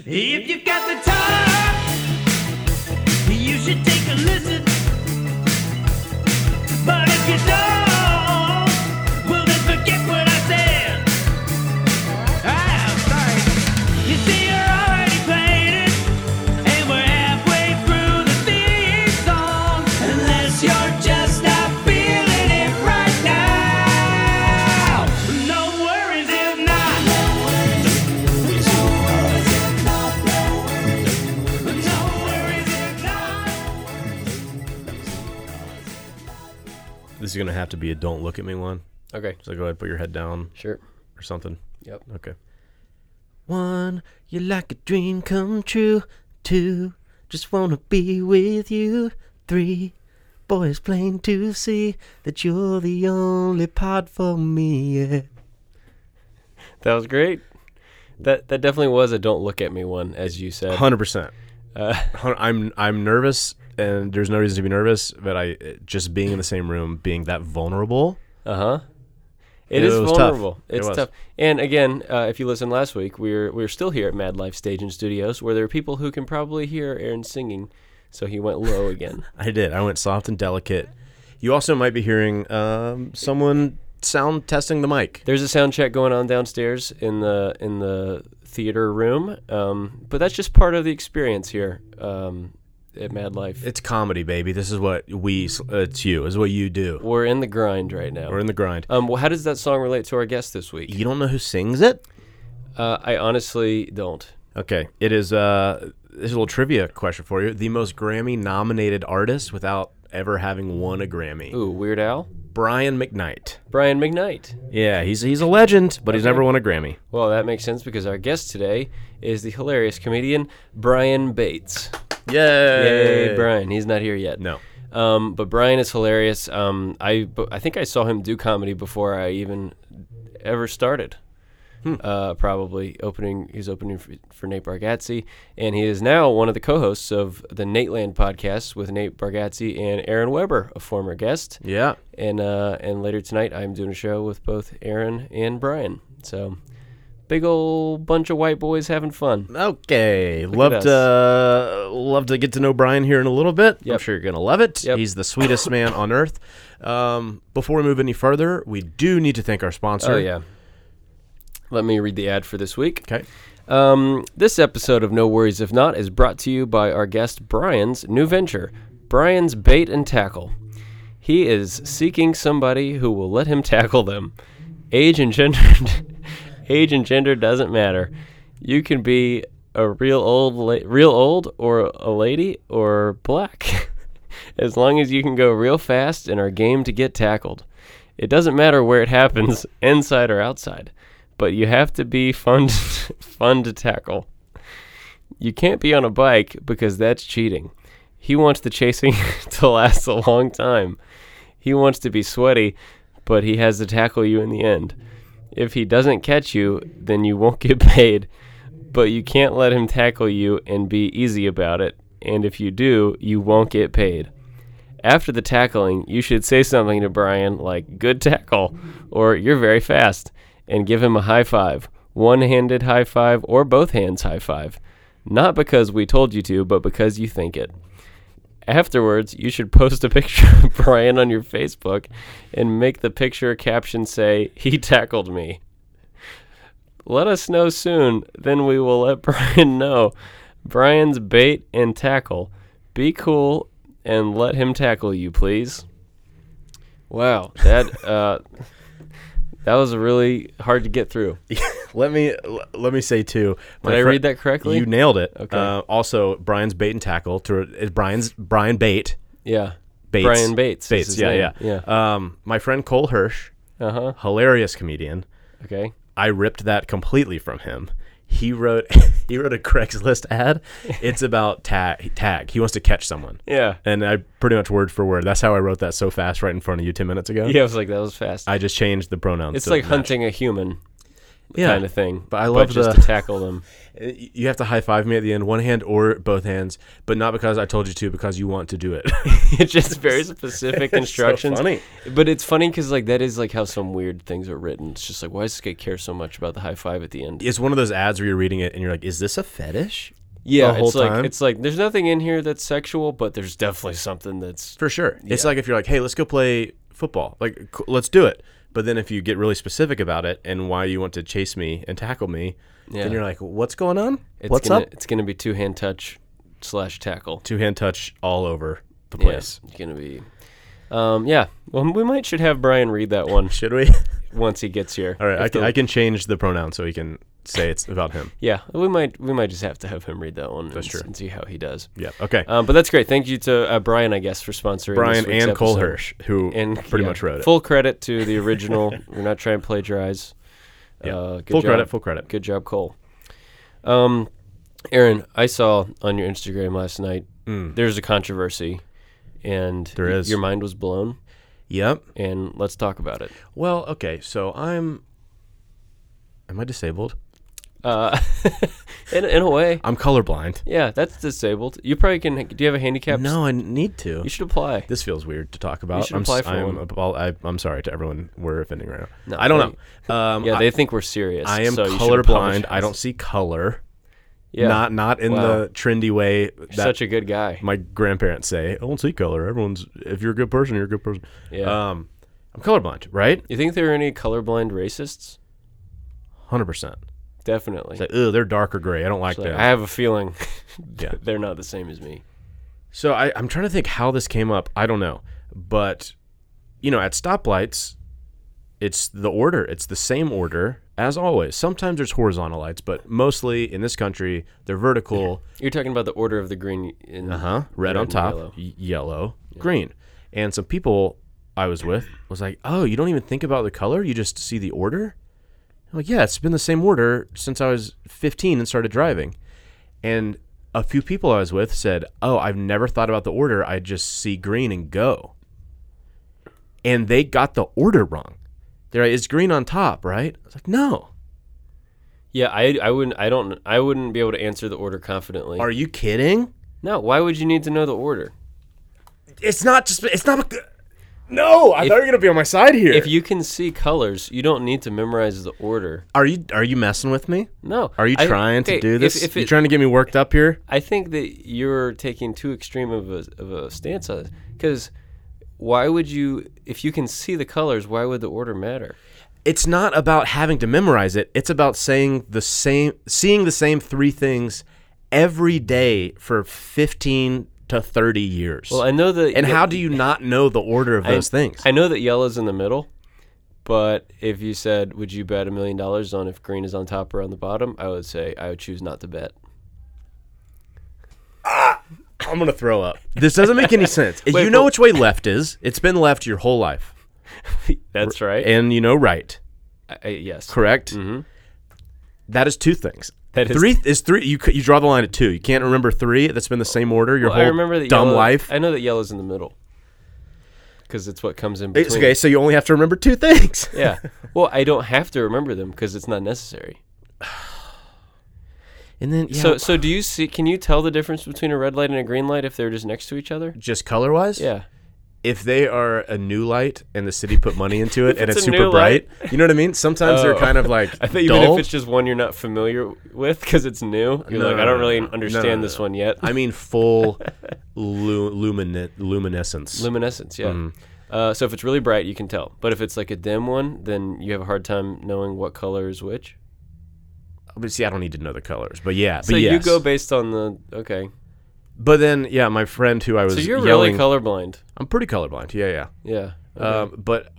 If you've got the time, you should take a listen. But if you don't, well then forget what I said. Ah, I'm sorry. You see, you're already playing it, and we're halfway through the theme song. Unless you're just not feeling it right now. No worries if not. No worries if not. This is gonna have to be a "Don't look at me" one. Okay. So go ahead, put your head down Sure. or something. Yep. Okay. One, you're like a dream come true. Two, just wanna be with you. Three, boy, it's plain to see that you're the only part for me. Yeah. That was great. That that definitely was a don't look at me one, as you said. Hundred percent. Uh, I'm I'm nervous, and there's no reason to be nervous. But I just being in the same room, being that vulnerable. Uh huh. It It is was tough. vulnerable. It It's was. tough. And again, uh, if you listened last week, we're we're still here at Mad Life Stage and Studios, where there are people who can probably hear Aaron singing. So he went low again. I did. I went soft and delicate. You also might be hearing um, someone sound testing the mic. There's a sound check going on downstairs in the in the theater room, um, but that's just part of the experience here um, at Mm. Mad Life. It's comedy, baby. This is what we. It's you. This Is what you do. we're in the grind right now. We're in the grind. Uh, um, well, how does that song relate to our guest this week? You don't know who sings it? Uh, I honestly don't. Okay. It is uh this is a little trivia question for you. The most Grammy nominated artist without ever having won a Grammy. Ooh, Weird Al, Brian McKnight. Brian McKnight. Yeah, he's he's a legend, but he's never won a Grammy. Well, that makes sense because our guest today is the hilarious comedian Brian Bates. Yay. Yay, Brian! He's not here yet. No. Um, but Brian is hilarious. Um, I bu- I think I saw him do comedy before I even ever started. Uh, probably opening he's opening for, for Nate Bargatze, and he is now one of the co-hosts of the Nateland podcast with Nate Bargatze and Aaron Weber, a former guest. Yeah. And uh, and later tonight I'm doing a show with both Aaron and Brian. So big old bunch of white boys having fun. Okay. love us. to love to get to know Brian here in a little bit. I'm Yep. sure you're gonna love it. Yep. He's the sweetest man on earth. Um, before we move any further, we do need to thank our sponsor. Oh yeah. Let me read the ad for this week. Okay. Um, this episode of No Worries If Not is brought to you by our guest Brian's new venture, Brian's Bait and Tackle. He is seeking somebody who will let him tackle them. Age and gender, age and gender doesn't matter. You can be a real old, la- real old, or a lady, or black, as long as you can go real fast and are game to get tackled. It doesn't matter where it happens, inside or outside, but you have to be fun, fun to tackle. You can't be on a bike because that's cheating. He wants the chasing to last a long time. He wants to be sweaty, but he has to tackle you in the end. If he doesn't catch you, then you won't get paid, but you can't let him tackle you and be easy about it. And if you do, you won't get paid. After the tackling, you should say something to Brian like, good tackle, or you're very fast, and give him a high five, one handed high five, or both hands high five. Not because we told you to, but because you think it. Afterwards, you should post a picture of Brian on your Facebook and make the picture caption say, He tackled me. Let us know soon, then we will let Brian know. Brian's bait and tackle. Be cool and let him tackle you, please. Wow, that uh, that was really hard to get through. Let me l- let me say too. my I fri- read that correctly? You nailed it. Okay. Uh, also, Brian's bait and tackle. To is Brian's Brian Bait. Yeah, Bates. Brian Bates. is Bates. his Yeah, name. yeah, yeah. Um, my friend Cole Hirsch, Uh huh. hilarious comedian. Okay. I ripped that completely from him. He wrote he wrote a Craigslist ad. It's about tag tag. He wants to catch someone. Yeah. And I pretty much word for word. That's how I wrote that so fast right in front of you 10 minutes ago. Yeah, I was like, that was fast. I just changed the pronouns. It's to like match. hunting a human. Yeah. kind of thing. But I love just the- to tackle them. Y- Uh, You have to high five me at the end, one hand or both hands, but not because I told you to, because you want to do it. it's just very specific so instructions. funny. But it's funny because like that is like how some weird things are written. It's just like why does this guy care so much about the high five at the end? it's one of those ads where you're reading it and you're like, is this a fetish? Yeah, the whole it's like time? it's like there's nothing in here that's sexual, but there's definitely something that's For sure. It's like if you're like, hey, let's go play football. Like, c- let's do it. But then if you get really specific about it and why you want to chase me and tackle me, Yeah. then you're like, what's going on? it's what's gonna up? it's gonna be two hand touch slash tackle. Two hand touch all over the place. Yes, it's gonna be. Um, yeah, well, we might should have Brian read that one Should we? once he gets here. all right. I If can, the- I can change the pronoun so we can say it's about him. Yeah, we might we might just have to have him read that one and, true. and see how he does. Yeah. Okay. Um, but that's great. Thank you to uh, Brian, I guess, for sponsoring Brian this week's and Cole episode. Hirsch, who and pretty yeah, much wrote it. Full credit to the original. We're not trying to plagiarize. Yeah. Uh, good full job. credit. Full credit. Good job, Cole. Um, Aaron, I saw on your Instagram last night there's a controversy, and Mm. There y- is. your mind was blown. Yep. And let's talk about it. Well, okay. So I'm. Am I disabled? Uh, in, in a way, I'm colorblind. yeah, that's disabled. You probably can. Do you have a handicap? No, I need to. You should apply. This feels weird to talk about. should I'm, apply for am one. I, am sorry to everyone we're offending right now. No, I don't know. Um, yeah, I, they think we're serious. I am so you should colorblind. I apologize. don't see color. Yeah, Not not in Wow. the trendy way that you're such a good guy. my grandparents say. I don't see color. Everyone's if you're a good person, you're a good person. Yeah. Um, I'm colorblind, right? You think there are any colorblind racists? Hundred percent. Definitely. Like, ugh, they're darker gray. I don't like Like, that. I have a feeling Yeah. they're not the same as me. So I, I'm trying to think how this came up. I don't know, but you know, at stoplights, it's the order. It's the same order as always. Sometimes there's horizontal lights, but mostly in this country they're vertical. You're talking about the order of the green. In, Uh huh. Red, Red on and top, yellow. yellow, yellow green. And some people I was with was like, "Oh, you don't even think about the color. You just see the order." I'm like, "Yeah, it's been the same order since I was 15 and started driving." And a few people I was with said, "Oh, I've never thought about the order. I just see green and go." And they got the order wrong. They're like, "It's green on top, right?" I was like, "No. Yeah, I, I wouldn't. I don't. I wouldn't be able to answer the order confidently. Are you kidding? no. Why would you need to know the order? It's not just. It's not." A, no, I thought you were gonna be on my side here. If you can see colors, you don't need to memorize the order. Are you are you messing with me? No. Are you I- trying okay, to do if- this? if you it- trying to get me worked up here? I think that you're taking too extreme of a, of a stance on this. Because why would you, if you can see the colors, why would the order matter? It's not about having to memorize it. It's about saying the same seeing the same three things every day for 15 to 30 years. Well, I know that. and how do you not know the order of those things? I know that yellow's in the middle, but if you said, "Would you bet a million dollars on if green is on top or on the bottom?" I would say I would choose not to bet. I'm going to throw up. This doesn't make any sense. you know but- which way left is. It's been left your whole life. That's right. And you know right, I, I- yes. correct? Mm-hmm. That is two things. That is- three is three. You c- you draw the line at two. You can't remember three. That's been the same order your Well, whole I remember that dumb yellow- life. I know that yellow's in the middle because it's what comes in between. It's okay, so you only have to remember two things. yeah. Well, I don't have to remember them because it's not necessary. And then yeah, So, so do you see? Can you tell the difference between a red light and a green light if they're just next to each other? just color wise, Yeah. If they are a new light and the city put money into it and it's it's a super new bright, you know what I mean? Sometimes they're Oh. kind of like I thought even dull. if it's just one you're not familiar with because it's new, you're No, like, no, I don't no, really no, no, understand no, no, this no. one yet. I mean full lu- lumine- luminescence. Mm-hmm. Luminescence, yeah. Uh, so if it's really bright, you can tell. But if it's like a dim one, then you have a hard time knowing what color is which. but see, I don't need to know the colors, but yeah, So but you yes. go based on the okay. But then yeah, my friend who I was So you're yelling, really colorblind. I'm pretty colorblind. Yeah, yeah. Yeah. Um, but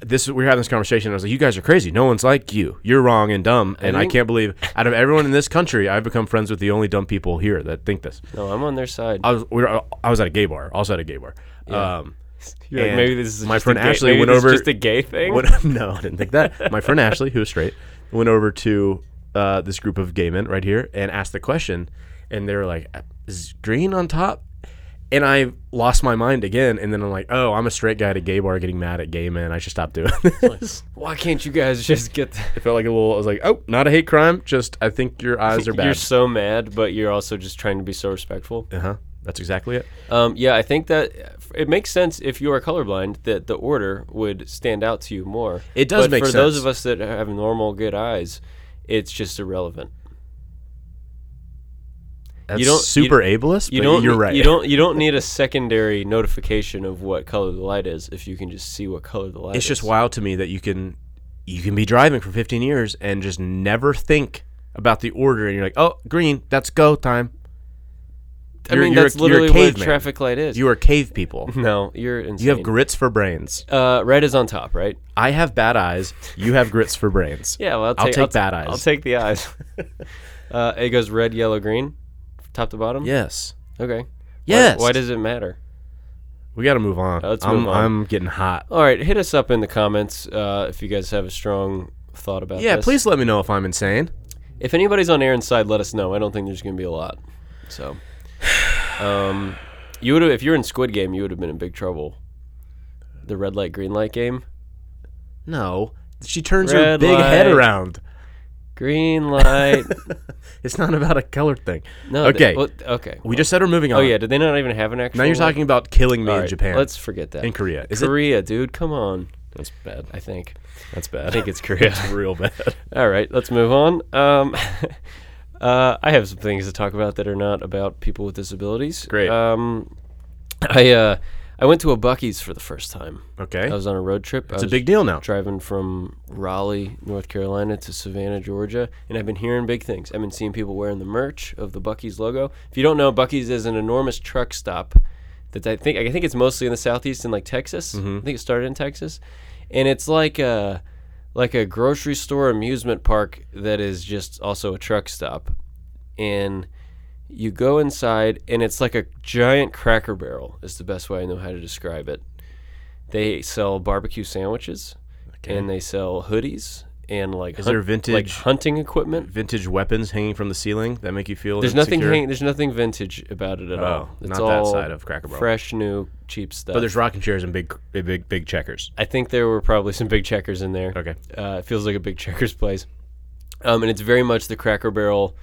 this we were having this conversation. And I was like, "You guys are crazy. No one's like you. You're wrong and dumb." And I think- can't believe out of everyone in this country, I've become friends with the only dumb people here that think this. No, I'm on their side. I was we were, I was at a gay bar, also at a gay bar. Um, You're like, and maybe this is my just friend a gay, Ashley maybe went this is over- just a gay thing. went- no, I didn't think that. My friend Ashley, who is straight, went over to uh, this group of gay men right here and asked the question, and they were like, "Is green on top?" and I lost my mind again. And then I'm like, oh, I'm a straight guy at a gay bar getting mad at gay men. I should stop doing this. Why can't you guys just get the it felt like a little. I was like, oh, not a hate crime. Just I think your eyes are bad. You're so mad, but you're also just trying to be so respectful. uh huh. That's exactly it. Um, yeah, I think that uh, it makes sense if you are colorblind that the order would stand out to you more. It does but make for those sense. of us that have normal good eyes, it's just irrelevant. That's You don't- super ableist. You but don't. You're ne- right. You don't. You don't need a secondary notification of what color the light is if you can just see what color the light It's is. just wild to me that you can you can be driving for 15 years and just never think about the order, and you're like, oh, green, that's go time. I you're- mean, you're a- that's you're a literally what a caveman. traffic light is. You are cave people. no, you're insane. You have grits for brains. uh, red is on top, right? I have bad eyes. You have grits for brains. Yeah, well, I'll, I'll take, take bad eyes. I'll take the eyes. uh, it goes red, yellow, green, top to bottom. Yes. Okay. Why- Yes. Why, does it matter? We got to move on. Let's I'm, move on. I'm getting hot. All right, hit us up in the comments uh, if you guys have a strong thought about Yeah, this. please let me know if I'm insane. If anybody's on Aaron's side, let us know. I don't think there's going to be a lot. So, um, you would have if you were in Squid Game, you would have been in big trouble. The red light, green light game. No. She turns her Red big head light. around. Green light. It's not about a color thing. No. Okay. th- what- okay. we just said we're moving on. Oh yeah. Did they not even have an actual? Now you're light? talking about killing me All in right, Japan. Let's forget that. in Korea. Is it? Korea, dude. Come on. That's bad. I think. That's bad. I think it's Korea. real bad. All right, let's move on. Um, uh, I have some things to talk about that are not about people with disabilities. Great. Um, I uh, I went to a Bucky's for the first time. Okay. I was on a road trip. Eh? It's a big deal now. Driving from Raleigh, North Carolina to Savannah, Georgia, and I've been hearing big things. I've been seeing people wearing the merch of the Bucky's logo. If you don't know, Bucky's is an enormous truck stop that I think I think it's mostly in the southeast in like Texas. I think it started in Texas, and it's like a like a grocery store amusement park that is just also a truck stop, and you go inside and it's like a giant cracker barrel is the best way I know how to describe it. They sell barbecue sandwiches and they sell hoodies and like Is there vintage- like hunting equipment. Vintage weapons hanging from the ceiling that make you feel There's nothing insecure? hang, there's nothing vintage about it at all. Oh, It's not that all side of Cracker Barrel. Fresh new cheap stuff. But there's rocking chairs and big, big, big, big checkers. I think there were probably some big checkers in there. Okay. Uh, it feels like a big checkers place. Um, and it's very much the Cracker Barrel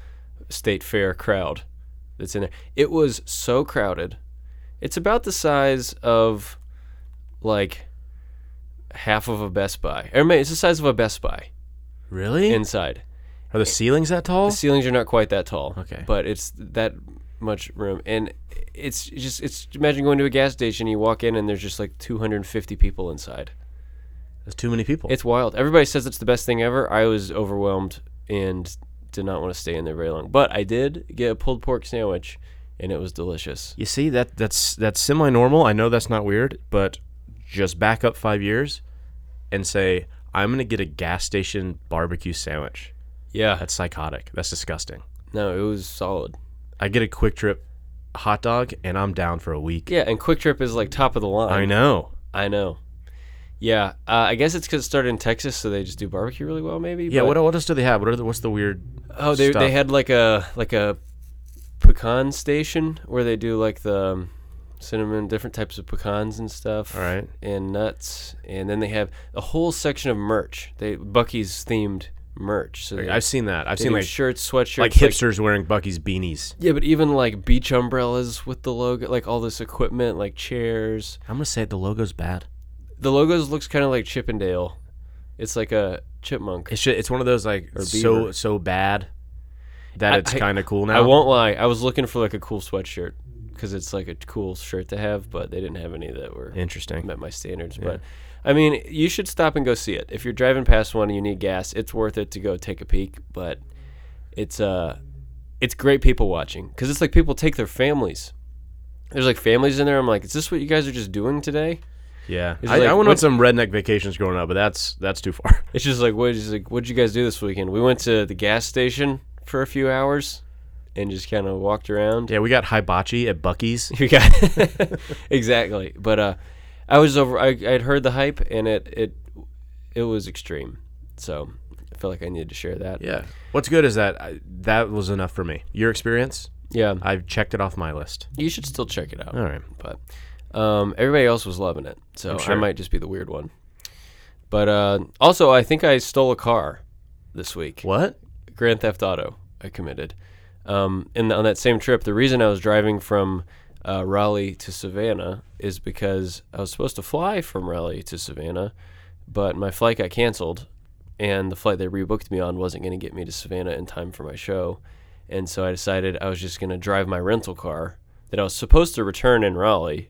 State Fair crowd that's in there. It was so crowded. It's about the size of like half of a Best Buy. Or maybe it's the size of a Best Buy Really? inside. Are the ceilings that tall? The ceilings are not quite that tall. Okay. But it's that much room. And it's just, it's imagine going to a gas station, you walk in, and there's just like 250 people inside. That's too many people. It's wild. Everybody says it's the best thing ever. I was overwhelmed and did not want to stay in there very long. But I did get a pulled pork sandwich, and it was delicious. you see that that's that's semi-normal. I know that's not weird, but just back up five years and say I'm gonna get a gas station barbecue sandwich. Yeah, That's psychotic. That's disgusting. no, it was solid. I get a quick trip hot dog and I'm down for a week. Yeah, and Quick Trip is like top of the line. I know. I know. Yeah, uh, I guess it's because it started in Texas, so they just do barbecue really well, maybe. Yeah. but- What, what else do they have? What are the, what's the weird? Oh, they stuff? they had like a like a pecan station where they do like the um, cinnamon, different types of pecans and stuff. All right. And nuts, and then they have a whole section of merch. They Bucky's themed merch. So they, I've seen that. I've they seen do like shirts, sweatshirts, like hipsters wearing Bucky's beanies. yeah, but even like beach umbrellas with the logo, like all this equipment, like chairs. I'm gonna say it, the logo's bad. The logos looks kind of like Chippendale. It's like a chipmunk. It's ju- it's one of those like so beaver. so bad that I- it's I- kind of cool now. I won't lie. I was looking for like a cool sweatshirt because it's like a cool shirt to have, but they didn't have any that were Interesting. met my standards. But I mean, you should stop and go see it. If you're driving past one and you need gas, it's worth it to go take a peek. But it's uh, it's great people watching because it's like people take their families. There's like families in there. I'm like, is this what you guys are just doing today? Yeah, It's I, like, I went on what's- some redneck vacations growing up, but that's that's too far. It's just like what is like what would you guys do this weekend? We went to the gas station for a few hours and just kind of walked around. yeah, we got hibachi at Bucky's. You got exactly. But uh, I was over. I I'd heard the hype, and it it it was extreme. So I felt like I needed to share that. Yeah, what's good is that I, that was enough for me. Your experience? Yeah. I've checked it off my list. You should still check it out. All right. But um, everybody else was loving it, so sure. I might just be the weird one. But uh, also, I think I stole a car this week. What? Grand Theft Auto. I committed. Um, and on that same trip, the reason I was driving from uh, Raleigh to Savannah is because I was supposed to fly from Raleigh to Savannah, but my flight got canceled, and the flight they rebooked me on wasn't going to get me to Savannah in time for my show, and so I decided I was just going to drive my rental car that I was supposed to return in Raleigh.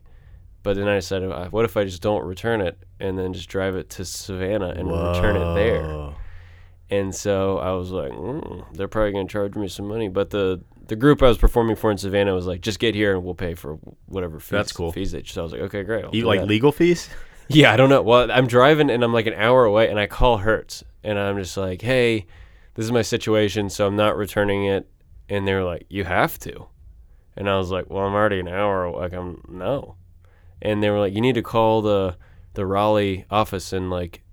But then I decided, "Uh, what if I just don't return it and then just drive it to Savannah and return it there? Whoa. And so I was like, mm, they're probably going to charge me some money. But the the group I was performing for in Savannah was like, just get here and we'll pay for whatever fees. That's cool. Fees that so I was like, okay, great. I'll You do like that." legal fees? Yeah, I don't know. Well, I'm driving and I'm like an hour away, and I call Hertz, and I'm just like, hey, this is my situation, so I'm not returning it. And they're like, you have to. And I was like, well, I'm already an hour. aw- Like, I'm no. And they were like, you need to call the the Raleigh office and like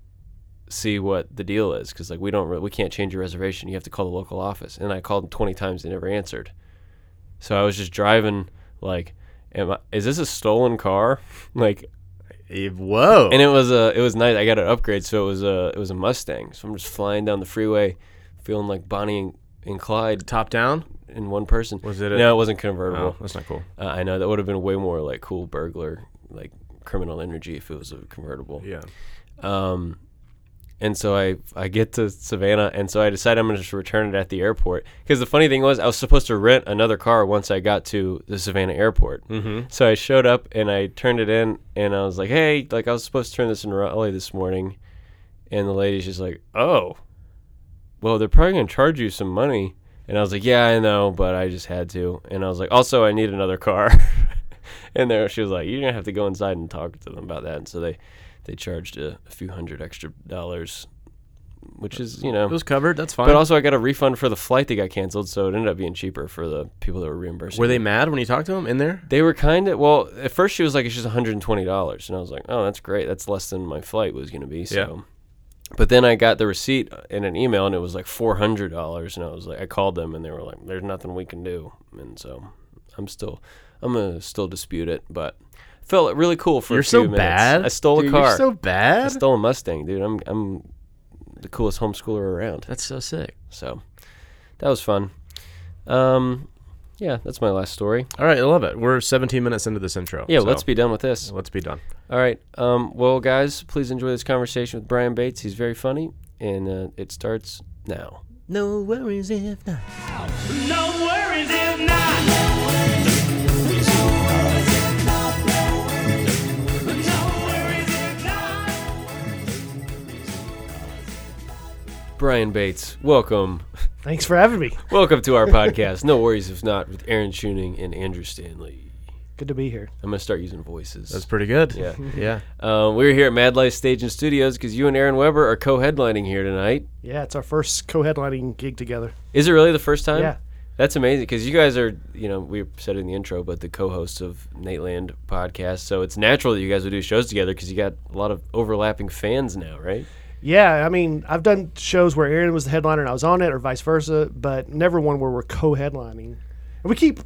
see what the deal is, because like we don't re- we can't change your reservation. You have to call the local office. And I called them 20 times, they never answered. So I was just driving like. Am I, is this a stolen car? Like Eh, Whoa. and it was a it was nice. I got an upgrade, so it was a it was a Mustang. So I'm just flying down the freeway, feeling like Bonnie and, and Clyde top down? in one person. Was it a- no, it wasn't Oh, convertible. that's not cool. Uh, I know that would have been way more like cool burglar, like criminal energy if it was a convertible. Yeah. Um, and so I I get to Savannah, and so I decide I'm gonna just return it at the airport. Because the funny thing was, I was supposed to rent another car once I got to the Savannah airport. Mm-hmm. So I showed up and I turned it in, and I was like, "Hey, like I was supposed to turn this in Raleigh this morning," and the lady's just like, "Oh, well they're probably gonna charge you some money." And I was like, "Yeah, I know, but I just had to." And I was like, "Also, I need another car." and there she was like, "You're gonna have to go inside and talk to them about that." And so they they charged a, a few hundred extra dollars, which is you know. It was covered. That's fine. but also, I got a refund for the flight that got canceled, so it ended up being cheaper for the people that were reimbursing. Were me. they mad when you talked to them in there? They were kind of well. At first, she was like, "It's just one hundred and twenty dollars," and I was like, "Oh, that's great. That's less than my flight was going to be." So, but then I got the receipt in an email, and it was like four hundred dollars, and I was like, I called them, and they were like, "There's nothing we can do," and so I'm still, I'm gonna still dispute it, but felt really cool for. You're a few so minutes. bad. I stole Dude, a car. You're so I bad. stole a Mustang, dude. I'm I'm the coolest homeschooler around. That's so sick. So that was fun. Um, yeah, that's my last story. All right, I love it. We're 17 minutes into this intro. Yeah, so let's be done with this. let's be done. All right. Um, well, guys, please enjoy this conversation with Brian Bates. He's very funny, and uh, it starts now. No worries if not. No worries if not. No worries if not. Brian Bates, welcome. Thanks for having me. Welcome to our podcast, No Worries If Not, with Aaron Schuning and Andrew Stanley. Good to be here. I'm going to start using voices. That's pretty good. Yeah. Yeah. Um, we're here at Mad Life Stage and Studios because you and Aaron Weber are co headlining here tonight. Yeah, it's our first co-headlining gig together. Is it really the first time? Yeah. That's amazing because you guys are, you know, we said in the intro, but the co-hosts of Nate Land podcast. So it's natural that you guys would do shows together because you got a lot of overlapping fans now, right? Yeah, I mean, I've done shows where Aaron was the headliner and I was on it, or vice versa, but never one where we're co-headlining. And we keep,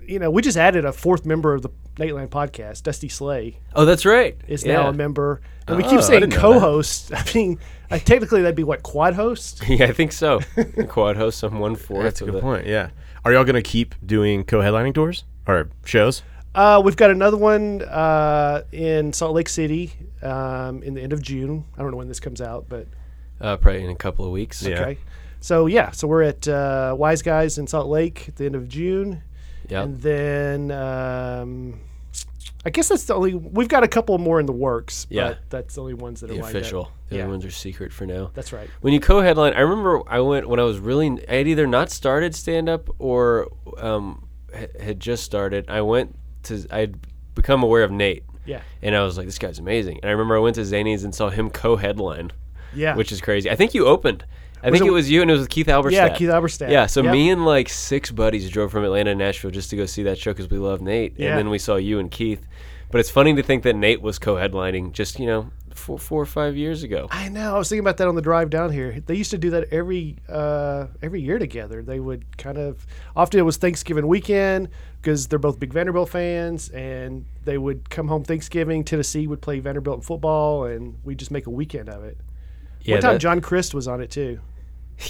you know, we just added a fourth member of the Nateland podcast, Dusty Slay, Oh, that's right. is Yeah. now a member, and we Oh, I keep saying didn't know that. co-host. I mean, uh, technically that'd be what quad host. yeah, I think so. The Quad host, I'm one fourth. That's a of good the- point. Yeah. Are y'all going to keep doing co headlining tours or shows? Uh, we've got another one uh, in Salt Lake City um, in the end of June. I don't know when this comes out, but Uh, probably in a couple of weeks. Yeah. Okay. So yeah, so we're at uh, Wise Guys in Salt Lake at the end of June, Yeah. and then um, I guess that's the only we've got a couple more in the works. Yeah. but that's the only ones that are The lined up. official. The Yeah. other ones are secret for now. That's right. When you co-headline, I remember I went when I was really I had either not started stand up or um, ha- had just started. I went to I had become aware of Nate. Yeah. And I was like, this guy's amazing. And I remember I went to Zany's and saw him co-headline, Yeah, which is crazy. I think you opened. I think it- it was you and it was with Keith Alberstadt. yeah, Keith Alberstadt. Yeah, so Yep. me and like six buddies drove from Atlanta to Nashville just to go see that show because we love Nate, Yeah. and then we saw you and Keith. But it's funny to think that Nate was co-headlining, just you know, four, four or five years ago. I know. I was thinking about that on the drive down here. They used to do that every uh, every year together. They would kind of often it was Thanksgiving weekend because they're both big Vanderbilt fans, and they would come home Thanksgiving. Tennessee would play Vanderbilt in football, and we just make a weekend of it. Yeah, One time that- John Christ was on it too.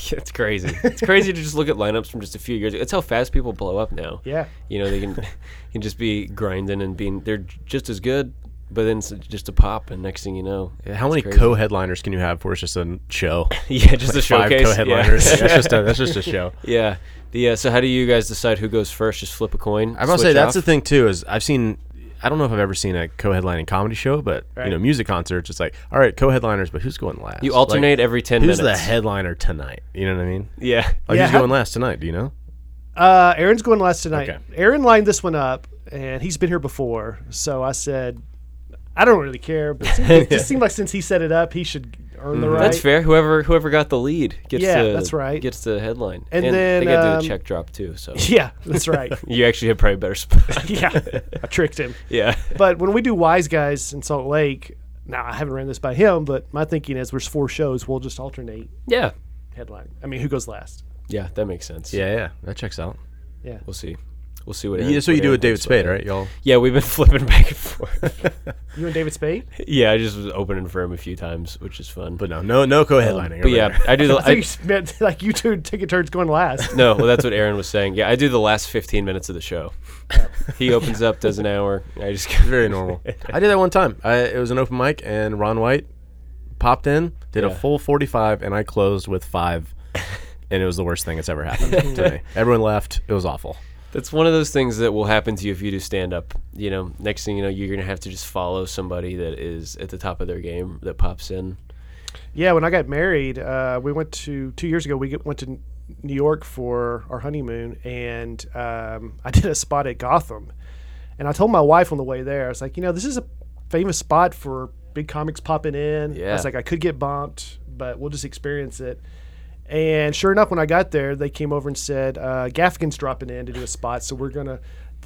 Yeah, it's crazy. It's crazy to just look at lineups from just a few years ago. It's how fast people blow up now. Yeah. You know, they can can just be grinding and being they're j- just as good, but then it's just a pop and next thing you know. Yeah, How many crazy. co-headliners can you have for it's just a show? Yeah, just a Five showcase. yeah. co-headliners. that's just a, that's just a show. Yeah. The, uh, so how do you guys decide who goes first? Just flip a coin. I must switch say that's the off? thing too. Is I've seen. I don't know if I've ever seen a co-headlining comedy show, but Right. you know, music concerts. It's like, all right, co-headliners, but who's going last? You Like, alternate every ten Who's the minutes. headliner tonight? You know what I mean? Yeah. Like, Yeah, who's how- going last tonight? Do you know? Uh, Aaron's going last tonight. Okay. Aaron lined this one up, and he's been here before. So I said, I don't really care, but it, seemed, it just seemed like since he set it up, he should earn the right. Mm-hmm. That's fair. Whoever whoever got the lead gets Yeah, the, that's right. gets the headline. And then, they got to do um, the check drop too. So Yeah, that's right. you actually have probably a better spot. yeah, I tricked him. yeah. But when we do Wise Guys in Salt Lake, now I haven't ran this by him, but my thinking is there's four shows, we'll just alternate Yeah. headline. I mean, who goes last? Yeah. That makes sense. Yeah, yeah, that checks out. Yeah. We'll see. We'll see what. Yeah, Aaron, that's what you do Aaron with David thinks about Spade, that. right? Y'all. Yeah, we've been flipping back and forth. You and David Spade? yeah, I just was opening for him a few times, which is fun. But, But no, no, no co-headlining. over but yeah, there. I do the. I think I, you meant like you two taking turns going last. no, well, that's what Aaron was saying. Yeah, I do the last 15 minutes of the show. he opens up, does an hour. I just very normal. I did that one time. I, it was an open mic, and Ron White popped in, did a Yeah. full 45, and I closed with five. And it was the worst thing that's ever happened to me. Everyone left. It was awful. That's one of those things that will happen to you if you do stand up. You know, next thing you know, you're gonna have to just follow somebody that is at the top of their game that pops in. Yeah, when I got married, uh, we went to two years ago. We get, went to New York for our honeymoon, and um, I did a spot at Gotham. And I told my wife on the way there, I was like, you know, this is a famous spot for big comics popping in. I Yeah. was like, I could get bumped, but we'll just experience it. And sure enough, when I got there, they came over and said, uh, Gaffigan's dropping in to do a spot, so we're gonna.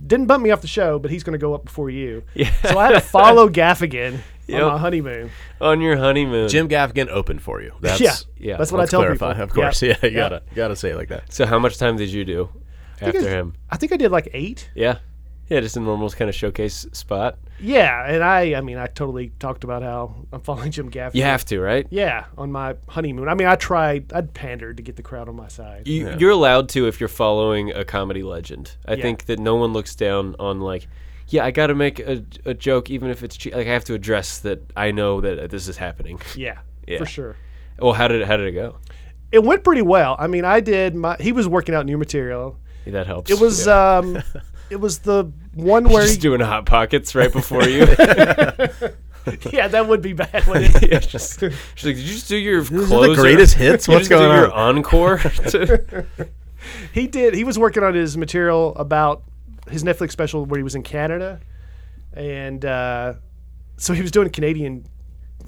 Didn't bump me off the show, but he's going to go up before you. Yeah. So I had to follow Gaffigan Yep. on my honeymoon. On your honeymoon, Jim Gaffigan opened for you. That's, yeah, yeah, that's what I let's tell clarify, people. Of course, yeah, you yeah. gotta you gotta say it like that. So how much time did you do think after I- him? I think I did like eight. Yeah, yeah, just a normal kind of showcase spot. Yeah, and I, I mean, I totally talked about how I'm following Jim Gaffigan. You have to, right? Yeah, on my honeymoon. I mean, I tried, I'd pandered to get the crowd on my side. You, You're allowed to if you're following a comedy legend. I Yeah. think that no one looks down on like, yeah, I got to make a, a joke even if it's che- like I have to address that I know that uh, this is happening. Yeah, Yeah. for sure. Well, how did it, how did it go? It went pretty well. I mean, I did my, he was working out new material. Yeah, that helps. It was, yeah. um, it was the one where, just he, doing hot pockets right before you. yeah, that would be bad. wouldn't it? yeah, just, she's like, did you just do your These are the closer? greatest hits. Did you What's just do going Your on? encore. to- He did, he was working on his material about his Netflix special where he was in Canada. And, uh, so he was doing Canadian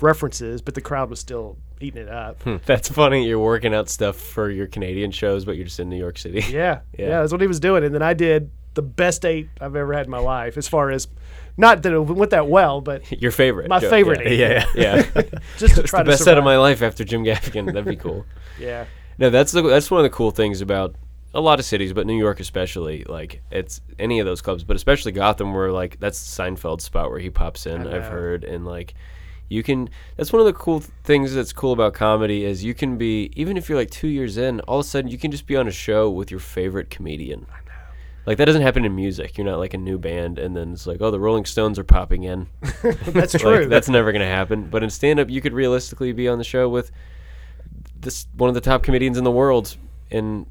references, but the crowd was still eating it up. That's funny. You're working out stuff for your Canadian shows, but you're just in New York City. Yeah, yeah, Yeah. that's what he was doing. And then I did the best eight I've ever had in my life, as far as not that it went that well, but Your favorite. my joke, favorite Yeah. eight. Yeah, yeah. yeah. just to It's try the to best survive. set of my life after Jim Gaffigan. That'd be cool. Yeah, No, that's the, that's one of the cool things about a lot of cities, but New York especially. Like it's any of those clubs, but especially Gotham, where like that's Seinfeld's spot where he pops in. I've know. heard and like you can. That's one of the cool th- things that's cool about comedy is you can be even if you're like two years in, all of a sudden you can just be on a show with your favorite comedian. I know. Like that doesn't happen in music. You're not like a new band, and then it's like, oh, the Rolling Stones are popping in. that's Like, true. that's never going to happen. But in stand up, you could realistically be on the show with this one of the top comedians in the world and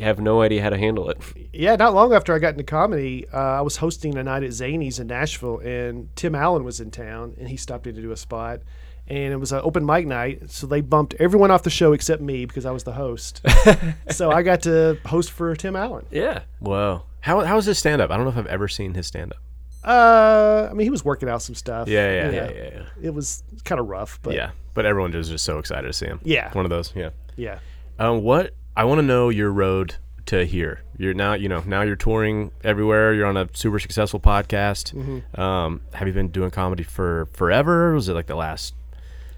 have no idea how to handle it. yeah. Not long after I got into comedy, uh, I was hosting a night at Zany's in Nashville, and Tim Allen was in town, and he stopped in to do a spot. And it was an open mic night, so they bumped everyone off the show except me because I was the host. so I got to host for Tim Allen. Yeah. Whoa. How how is his stand up? I don't know if I've ever seen his stand up. Uh, I mean, he was working out some stuff. Yeah, yeah, you yeah, know. Yeah. yeah. It was kind of rough, but yeah, but everyone was just so excited to see him. Yeah. one of those. Yeah. yeah. Um, what I want to know your road to here. You're now, you know, now you're touring everywhere. You're on a Mm-hmm. super successful podcast. Um, have you been doing comedy for forever? Was it like the last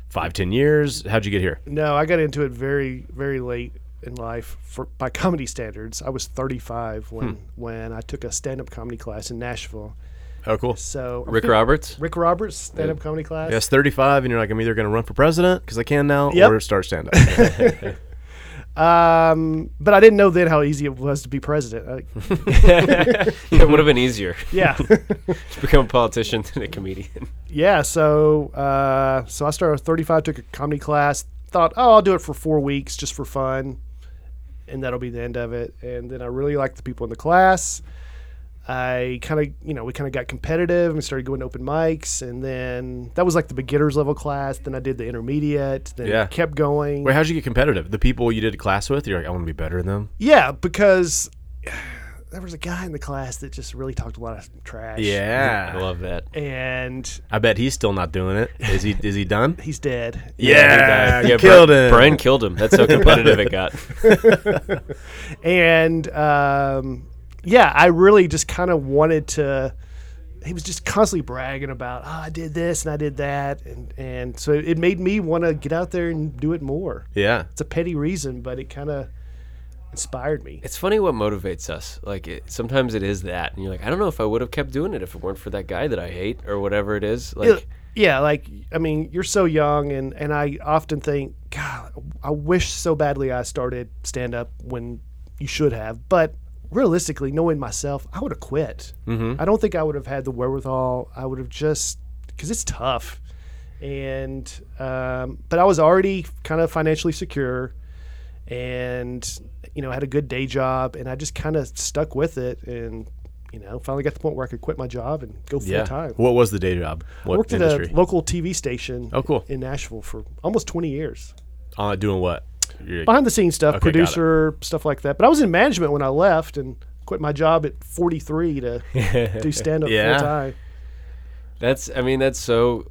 five, ten years? How'd you get here? No, I got into it very, very late in life for by comedy standards. I was 35 when Hmm. when I took a stand-up comedy class in Nashville. Oh, cool. So Rick Roberts. Rick Roberts stand-up comedy class. Yes, 35, and you're like, I'm either going to run for president because I can now, Yep. or start stand up. Um, but I didn't know then how easy it was to be president. I, it would have been easier yeah. to become a politician than a comedian. yeah so uh, so i started at 35 took a comedy class thought oh i'll do it for four weeks just for fun and that'll be the end of it and then i really liked the people in the class i kind of you know we kind of got competitive and started going to open mics and then that was like the beginners level class then i did the intermediate then Yeah. kept going Wait, how'd you get competitive? The people you did class with, you're like, I want to be better than them. yeah because there was a guy in the class that just really talked a lot of trash I Yeah, love that. and I bet he's still not doing it. Is he? Is he done? he's dead Yeah, Bri- Brian killed him. That's how competitive it got. and um, yeah, I really just kind of wanted to. He was just constantly bragging about, oh, I did this and I did that, and and so it made me want to get out there and do it more. Yeah, It's a petty reason, but it kind of inspired me. It's funny what motivates us. Like it, sometimes it is that, and you're like, I don't know if I would have kept doing it if it weren't for that guy that I hate or whatever it is. Like, yeah, like I mean, you're so young, and and I often think, God, I wish so badly I started stand up when you should have, but realistically, knowing myself, I would have quit. I don't think I would have had the wherewithal. I would have just because it's tough, and um, but I was already kind of financially secure, and you know had a good day job, and I just kind of stuck with it, and you know finally got to the point where I could quit my job and go full yeah. time What was the day job? What worked industry? at a local TV station. Oh, cool. In Nashville for almost 20 years, Uh, doing what? You're- behind the scenes stuff, Okay, got it. producer stuff like that. But I was in management when I left and quit my job at 43 to do stand up Yeah. full time. That's, I mean, that's so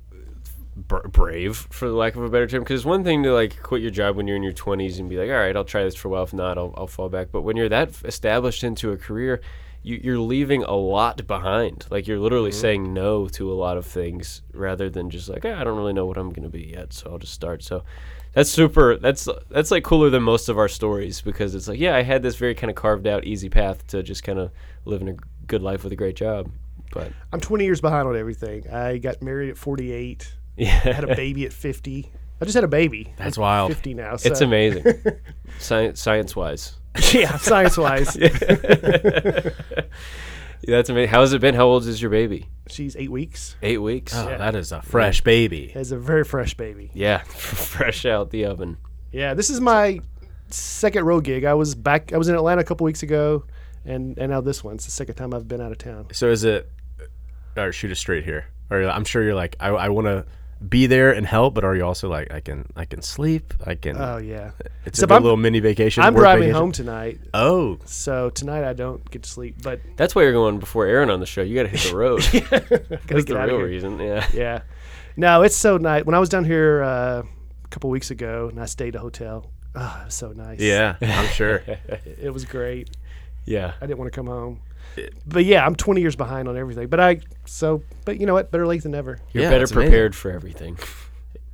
br- brave, for the lack of a better term. Because it's one thing to like quit your job when you're in your 20s and be like, all right, I'll try this for a while. If not, I'll, I'll fall back. But when you're that f- established into a career, you, you're leaving a lot behind. Like you're literally saying no to a lot of things rather than just like, "Ah, I don't really know what I'm gonna be yet, so I'll just start. So. That's super. That's that's like cooler than most of our stories because it's like, yeah, I had this very kind of carved out, easy path to just kind of living a good life with a great job, but I'm 20 years behind on everything. I got married at 48, yeah, had a baby at 50. I just had a baby. That's wild. 50 now. So. It's amazing. science, science wise. yeah, science wise. that's amazing. How has it been? How old is your baby? She's eight weeks. Eight weeks. Oh, That is a fresh baby. Has a very fresh baby. Yeah, fresh out the oven. Yeah, this is my second road gig. I was back. I was in Atlanta a couple weeks ago, and and now this one. It's the second time I've been out of town. So is it? Or shoot us straight here. Or I'm sure you're like, I, I want to be there and help, but are you also like, I can, I can sleep, I can. Oh yeah. it's so a good I'm- little mini vacation. I'm work driving vacation. home tonight, Oh, so tonight I don't get to sleep. But That's why you're going before Aaron on the show. You got to hit the road. gotta that's get the out of real here. reason. Yeah. yeah, no, it's so nice. When I was down here uh, a couple weeks ago, and I stayed at a hotel. Oh, it was so nice. yeah, I'm sure. it was great. Yeah. I didn't want to come home. But yeah, I'm 20 years behind on everything. But I so, but you know what? Better late than never. You're Yeah, better that's amazing. prepared for everything.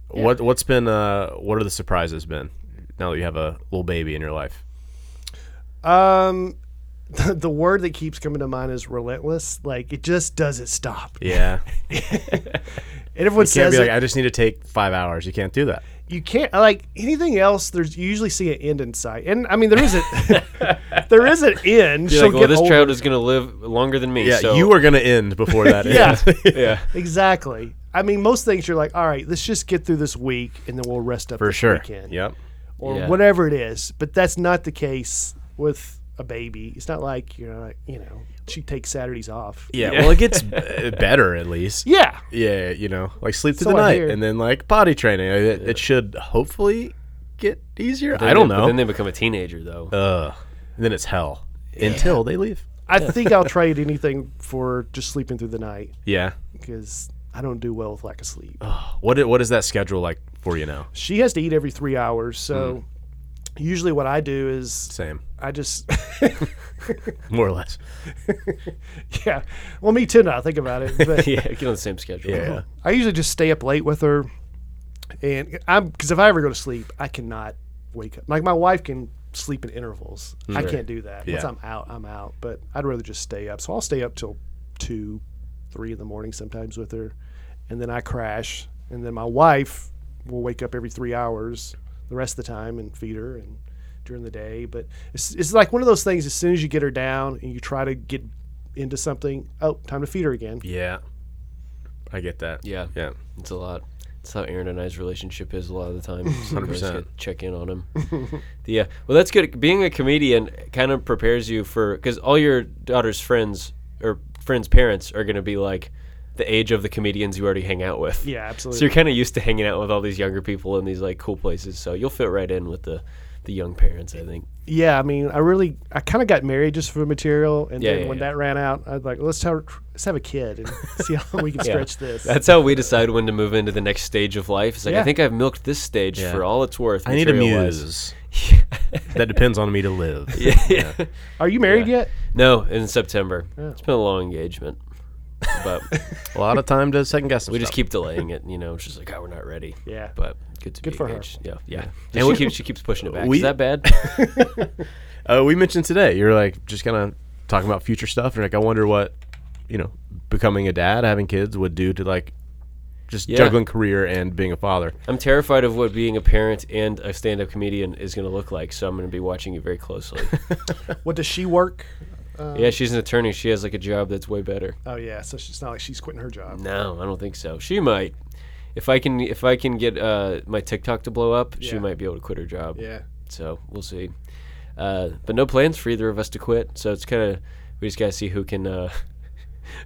What what's been uh what are the surprises been now that you have a little baby in your life? Um, the, the word that keeps coming to mind is relentless. Like it just doesn't stop. Yeah, you And everyone can't says be it. like I just need to take five hours. You can't do that. you can't like anything else. There's you usually see an end in sight, and I mean there is a there is an end. You're She'll like, well, get this older. child is going to live longer than me. Yeah, so you are gonna end before that. Yeah. ends. Yeah. exactly. I mean, most things you're like, all right, let's just get through this week, and then we'll rest up for this sure. weekend, Yep. or Yeah. whatever it is. But that's not the case with a baby. It's not like you know, like, you know, she takes Saturdays off. Yeah. Well, it gets uh, better at least. Yeah, Yeah. You know, like sleep through So the I night hear. and then like potty training. It, it should hopefully get easier. I Then don't they- but know. Then they become a teenager, though. Ugh. And then it's hell until they leave. I think I'll trade anything for just sleeping through the night Yeah. because I don't do well with lack of sleep. What i- what is that schedule like for you now? She has to eat every three hours, so. Usually, what I do is Same, I just more or less. yeah. Well, me too. Now I think about it, but yeah. Get on the same schedule. Yeah. I usually just stay up late with her, and I'm because if I ever go to sleep, I cannot wake up. Like my wife can sleep in intervals. I can't do that. Once Yeah. I'm out, I'm out. But I'd rather just stay up. So I'll stay up till two, three in the morning sometimes with her, and then I crash. And then my wife will wake up every three hours the rest of the time and feed her and during the day. But it's, it's like one of those things. As soon as you get her down and you try to get into something, oh, time to feed her again. Yeah. I get that. Yeah. Yeah. It's a lot. That's how Aaron and I's relationship is a lot of the time. Hundred 100%. Check in on him. yeah. Well, that's good. Being a comedian kind of prepares you for because all your daughter's friends or friends' parents are going to be like the age of the comedians you already hang out with. Yeah, absolutely. So you're kind of used to hanging out with all these younger people in these like cool places. So you'll fit right in with the the young parents, I think. yeah, I mean, I really, I kind of got married just for the material, and Yeah, then yeah, when yeah. that ran out, I was like, let's have, let's have a kid and see how long we can stretch this. That's how we decide when to move into the next stage of life. It's like I Yeah. think I've milked this stage Yeah. for all it's worth. I need a material-wise. muse. that depends on me to live. yeah. Are you married yet? No, in September. Oh. It's been a long engagement, but A lot of time to second guess. we just keep delaying it. You know, she's like, "Oh, we're not ready." Yeah. But good to Good be for her. engaged. Yeah, yeah. Yeah, And we- she, keeps, she keeps pushing it back. we- Is that bad? Uh, we mentioned today. You're like just kind of talking about future stuff, and like I wonder what you know becoming a dad, having kids, would do to like just Yeah. juggling career and being a father. I'm terrified of what being a parent and a stand-up comedian is going to look like. So I'm going to be watching it very closely. What does she work? yeah, she's an attorney. She has like a job that's way better. Oh yeah, so it's not like she's quitting her job. No, I don't think so. She might. If I can, if I can get uh, my TikTok to blow up, she Yeah. might be able to quit her job. Yeah, So we'll see. Uh, but no plans for either of us to quit. So it's kind of we just gotta see who can uh,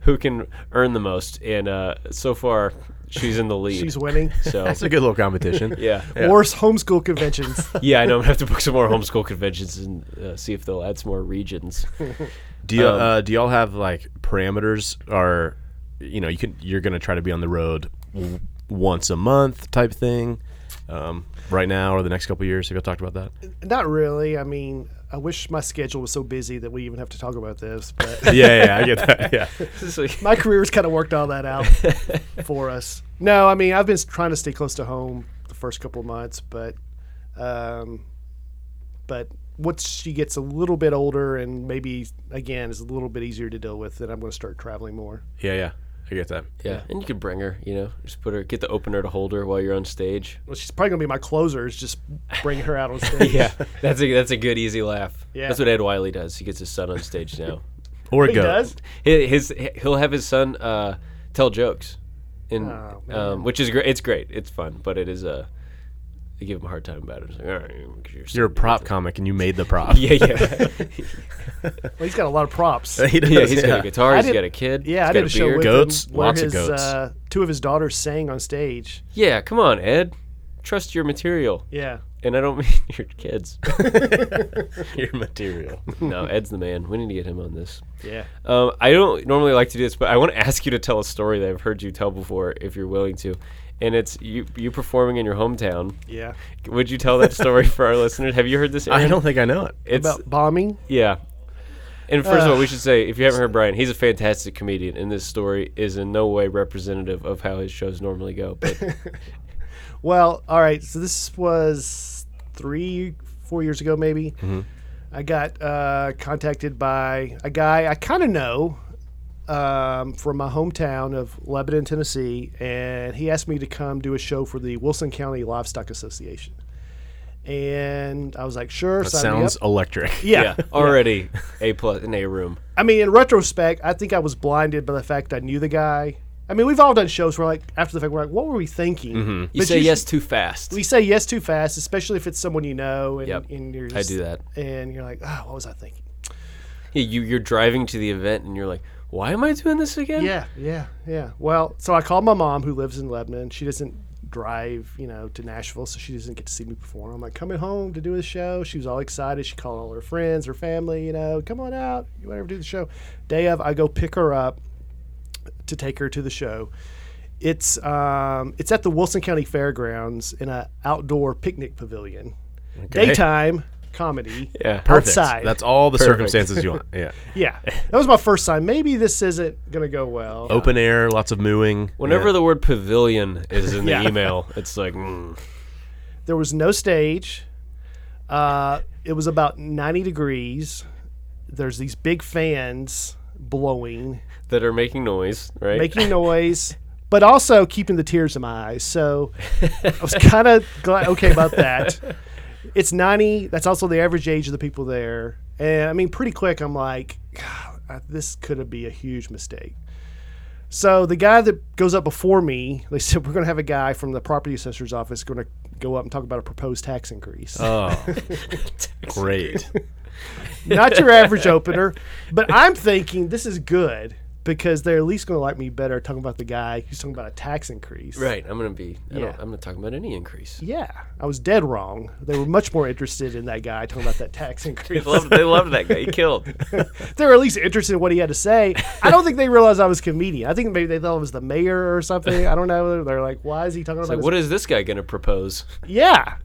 who can earn the most. And uh, so far, she's in the lead. she's winning. so It's a good little competition. yeah, Worst homeschool conventions. yeah. I know I'm gonna have to book some more homeschool conventions and uh, see if they'll add some more regions. Do you, Um, uh, do y'all have like parameters? Or you know, you can you're gonna try to be on the road w- once a month type thing. Um, right now or the next couple of years, have y'all talked about that? not really. I mean, I wish my schedule was so busy that we even have to talk about this, but yeah, yeah, I get that. Yeah, It's like- my career's kind of worked all that out for us. No, I mean I've been s- trying to stay close to home the first couple of months, but um, but once she gets a little bit older and maybe again is a little bit easier to deal with, then I'm going to start traveling more. yeah, yeah, I get that. yeah, and you can bring her. You know, just put her, get the opener to hold her while you're on stage. Well, she's probably going to be my closer. Is just bringing her out on stage. Yeah, that's a that's a good easy laugh. Yeah. that's what Ed Wiley does. He gets his son on stage now. Or he go. does. Hi- his he'll have his son uh, tell jokes, and Oh, man. um, which is great. It's great. It's fun, but it is Uh, they give him a hard time about it. It's like, all right, you're, You're a prop comic, and you made the prop. Yeah, yeah, Well, he's got a lot of props. he does, yeah. He's yeah. got a guitar. I He's did- got a kid. Yeah, he's I got did a show beard. with Goats, him where lots of his, goats. Uh, two of his daughters sang on stage. Yeah, come on, Ed. Trust your material, Yeah, and I don't mean your kids. your material. no, Ed's the man. We need to get him on this. yeah. Um, I don't normally like to do this, but I want to ask you to tell a story that I've heard you tell before, if you're willing to. And it's you you performing in your hometown. Yeah. Would you tell that story for our listeners? Have you heard this? I Aaron? don't think I know it. It's About bombing. yeah. And first of all, we should say if you haven't heard Brian, he's a fantastic comedian, and this story is in no way representative of how his shows normally go. But Well, all right. So this was three, four years ago, maybe. Mm-hmm. I got uh, contacted by a guy I kind of know um, from my hometown of Lebanon, Tennessee, and he asked me to come do a show for the Wilson County Livestock Association. And I was like, sure. That sign me sounds up. electric. yeah, already a plus in a room. I mean, in retrospect, I think I was blinded by the fact I knew the guy. I mean, we've all done shows where, like, after the fact, we're like, what were we thinking? Mm-hmm. You say yes too fast. We say yes too fast, especially if it's someone you know. And, Yep. and you're I do that. And you're like, oh, what was I thinking? Yeah, you you're driving to the event, and you're like, why am I doing this again? Yeah, yeah, yeah. Well, so I called my mom, who lives in Lebanon. She doesn't drive, you know, to Nashville, so she doesn't get to see me perform. I'm like, coming home to do the show. She was all excited. She called all her friends, her family, you know, come on out. You want to do the show? Day of, I go pick her up to take her to the show. It's um, it's at the Wilson County Fairgrounds in an outdoor picnic pavilion. Daytime, comedy. Yeah. Perfect. Outside. That's all the Perfect. circumstances you want. Yeah. yeah. That was my first sign. Maybe this isn't gonna go well. Open air, lots of mooing. Whenever yeah. the word pavilion is in the Yeah. email, it's like, mm, There was no stage. Uh, it was about 90 degrees. There's these big fans blowing, that are making noise, right? making noise, but also keeping the tears in my eyes. So I was kind of glad, okay about that. It's 90. That's also the average age of the people there. And I mean, pretty quick, I'm like, "God, I- this could be a huge mistake. So the guy that goes up before me, they said we're going to have a guy from the property assessor's office going to go up and talk about a proposed tax increase. Oh, great. not your average opener. But I'm thinking this is good because they're at least going to like me better talking about the guy who's talking about a tax increase. Right. I'm gonna be. I Yeah. don't, I'm not talking about any increase. Yeah, I was dead wrong. They were much more interested in that guy talking about that tax They increase. loved, they loved that guy. He killed. they were at least interested in what he had to say. I don't think they realized I was a comedian. I think maybe they thought I was the mayor or something. I don't know. They're like, why is he talking about Like, his what is this guy gonna propose? Yeah.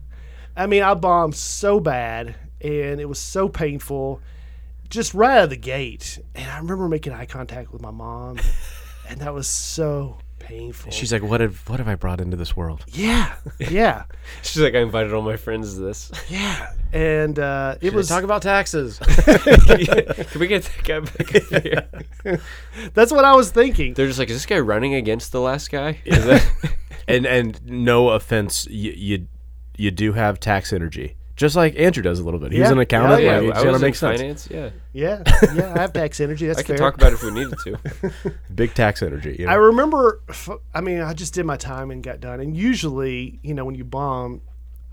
I mean, I bombed so bad and it was so painful just right out of the gate. And I remember making eye contact with my mom, and that was so painful. She's like, what have what have I brought into this world? yeah. Yeah. She's like, I invited all my friends to this. Yeah. And uh, it was about taxes. Can we get that guy back up here? that's what I was thinking. They're just like, is this guy running against the last guy? Is that, and and no offense, you you, you do have tax energy, just like Andrew does a little bit. He's Yeah. Oh, an accountant. Yeah, like, yeah. it's I gonna was in make sense. finance. Yeah, Yeah. Yeah. I have tax energy. That's I could fair. talk about it if we needed to. Big tax energy. You know? I remember, f- I mean, I just did my time and got done. And usually, you know, when you bomb,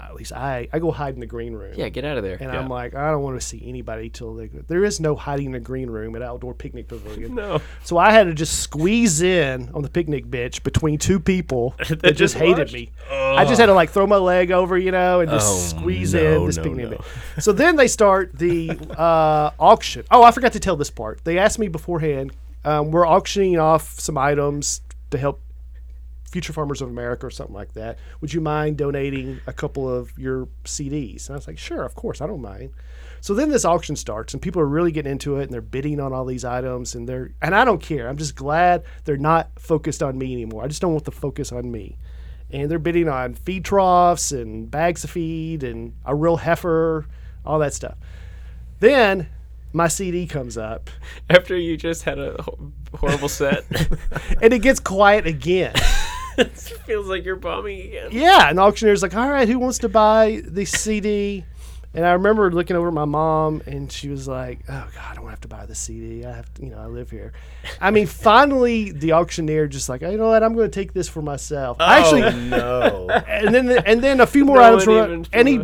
at least I, I go hide in the green room. Yeah, get out of there. And I'm like, I don't want to see anybody till they. There is no hiding in a green room at outdoor picnic pavilion. no, So I had to just squeeze in on the picnic bench between two people that, just just hated watched? me. I just had to like throw my leg over, you know, and just Oh, squeeze in no, this no, picnic no. bench. So then they start the uh, auction. Oh, I forgot to tell this part. They asked me beforehand. Um, we're auctioning off some items to help Future Farmers of America or something like that. Would you mind donating a couple of your CDs? And I was like, sure, of course, I don't mind. So then this auction starts, and people are really getting into it, and they're bidding on all these items, and they're and I don't care. I'm just glad they're not focused on me anymore. I just don't want the focus on me. And they're bidding on feed troughs and bags of feed and a real heifer, all that stuff. Then my CD comes up, after you just had a ho- horrible set, and it gets quiet again. it feels like you're bombing again. Yeah, and the auctioneer's like, "All right, who wants to buy the CD?" And I remember looking over at my mom, and she was like, "Oh God, I don't have to buy the CD. I have, to, you know, I live here." I mean, finally, the auctioneer just like, "You know what? I'm going to take this for myself." I Oh, Oh. actually, no. and then and then a few more No items, one were, even- and he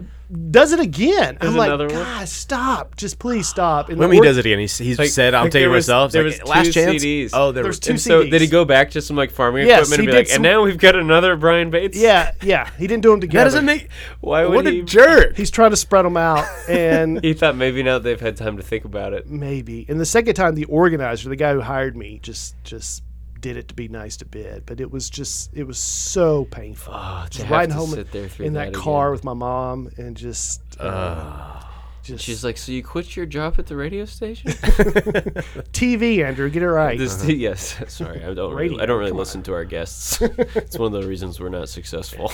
does it again. I'm There's like, another one? "God, stop! Just please stop!" And When the he or- does it again, he's, he's Like- said, "I'm like taking there was- myself." It's there like, was last two chance. CDs. Oh, there There's was two And so did he CDs. go back to some like farming Yes, equipment he and be did like, some- and now we've got another Brian Bates? yeah, yeah, he didn't do them together. That doesn't make. Why would What he? a jerk. He's trying to spread them out, and He thought maybe now they've had time to think about it. maybe. And the second time, the organizer, the guy who hired me, just just did it to be nice to bid, but it was just it was so painful. Oh, to just have riding to home sit there through in that, that car again. with my mom and just uh, just She's like, so you quit your job at the radio station? TV, Andrew, get it right. This, Yes, Uh-huh. sorry, I don't. Radio, really, I don't really come on. listen to our guests. it's one of the reasons we're not successful.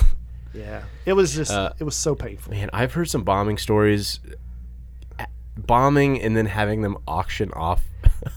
yeah, it was just Uh, it was so painful. Man, I've heard some bombing stories. A- Bombing and then having them auction off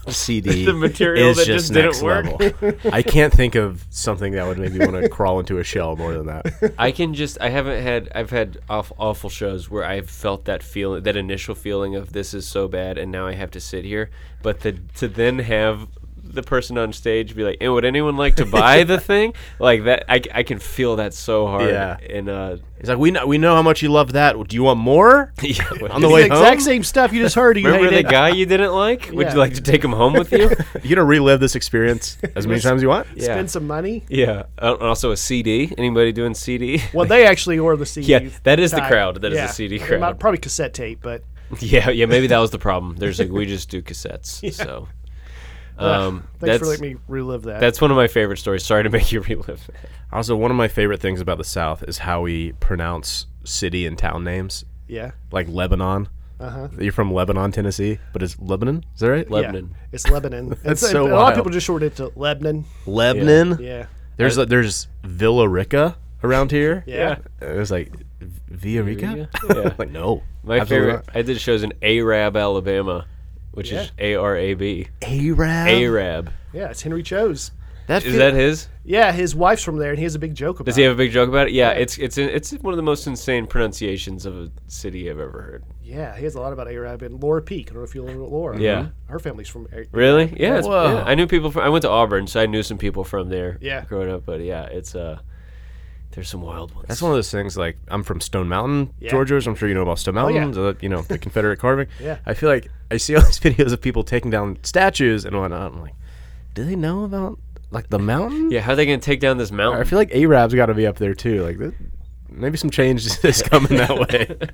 a CD. The material is that just just didn't next work. Level. I can't think of something that would make me want to crawl into a shell more than that. I can just. I haven't had. I've had awful, awful shows where I've felt that feeling, that initial feeling of this is so bad, and now I have to sit here. But to to then have the person on stage be like, "And would anyone like to buy the thing?" Like that, I, I can feel that so hard. Yeah. And uh, It's like we know we know how much you love that. Do you want more? On the It's way the exact home? same stuff you just heard. You remember the hated. guy you didn't like? Would Yeah. you like to take him home with you? You gonna relive this experience as many times as you want? Yeah. Spend some money. yeah. Uh, also a CD. Anybody doing CD? Well, they actually ordered the CD. Yeah, that is the type. crowd. That is the CD It crowd. might- Probably cassette tape, but Yeah, yeah, maybe that was the problem. There's like we just do cassettes, so. Um, uh, thanks that's for letting me relive that. that's one of my favorite stories. Sorry to make you relive that. Also, one of my favorite things about the South is how we pronounce city and town names. Yeah. like Lebanon. Uh-huh. You're from Lebanon, Tennessee, but it's Lebanon. Is that right? Le- Yeah. Lebanon. It's Lebanon. That's It's- so A lot wild. of people just short it to Lebanon. Lebanon. Yeah. There's a, there's Villa Rica around here. Yeah. It was like Villa Rica. Yeah. like no, My absolutely favorite. I did shows in Arab, Alabama, which is A R A B. not. Um, Arab. Arab. Yeah. It's Henry Cho's. That Is that his? Yeah. His wife's from there, and he has a big joke about Does he it. have a big joke about it? Yeah, it's it's in, it's one of the most insane pronunciations of a city I've ever heard. Yeah. He has a lot about Arab and Laura Peak. I don't know if you know Laura. Yeah. Mm-hmm. Her family's from. Ar- Really? Yeah. it's- Whoa. yeah. I knew people from. I went to Auburn, so I knew some people from there. Yeah. Growing up, but yeah, it's uh, there's some wild ones. That's one of those things. Like I'm from Stone Mountain, Yeah. Oh, Georgia. So I'm sure you know about Stone yeah. Mountain. the- you know the Confederate carving. Yeah. I feel like I see all these videos of people taking down statues and whatnot. I'm like, do they know about like the mountain? Yeah. How are they gonna take down this I mountain? feel like Arab's got to be up there too. Like th- maybe some change is coming that way.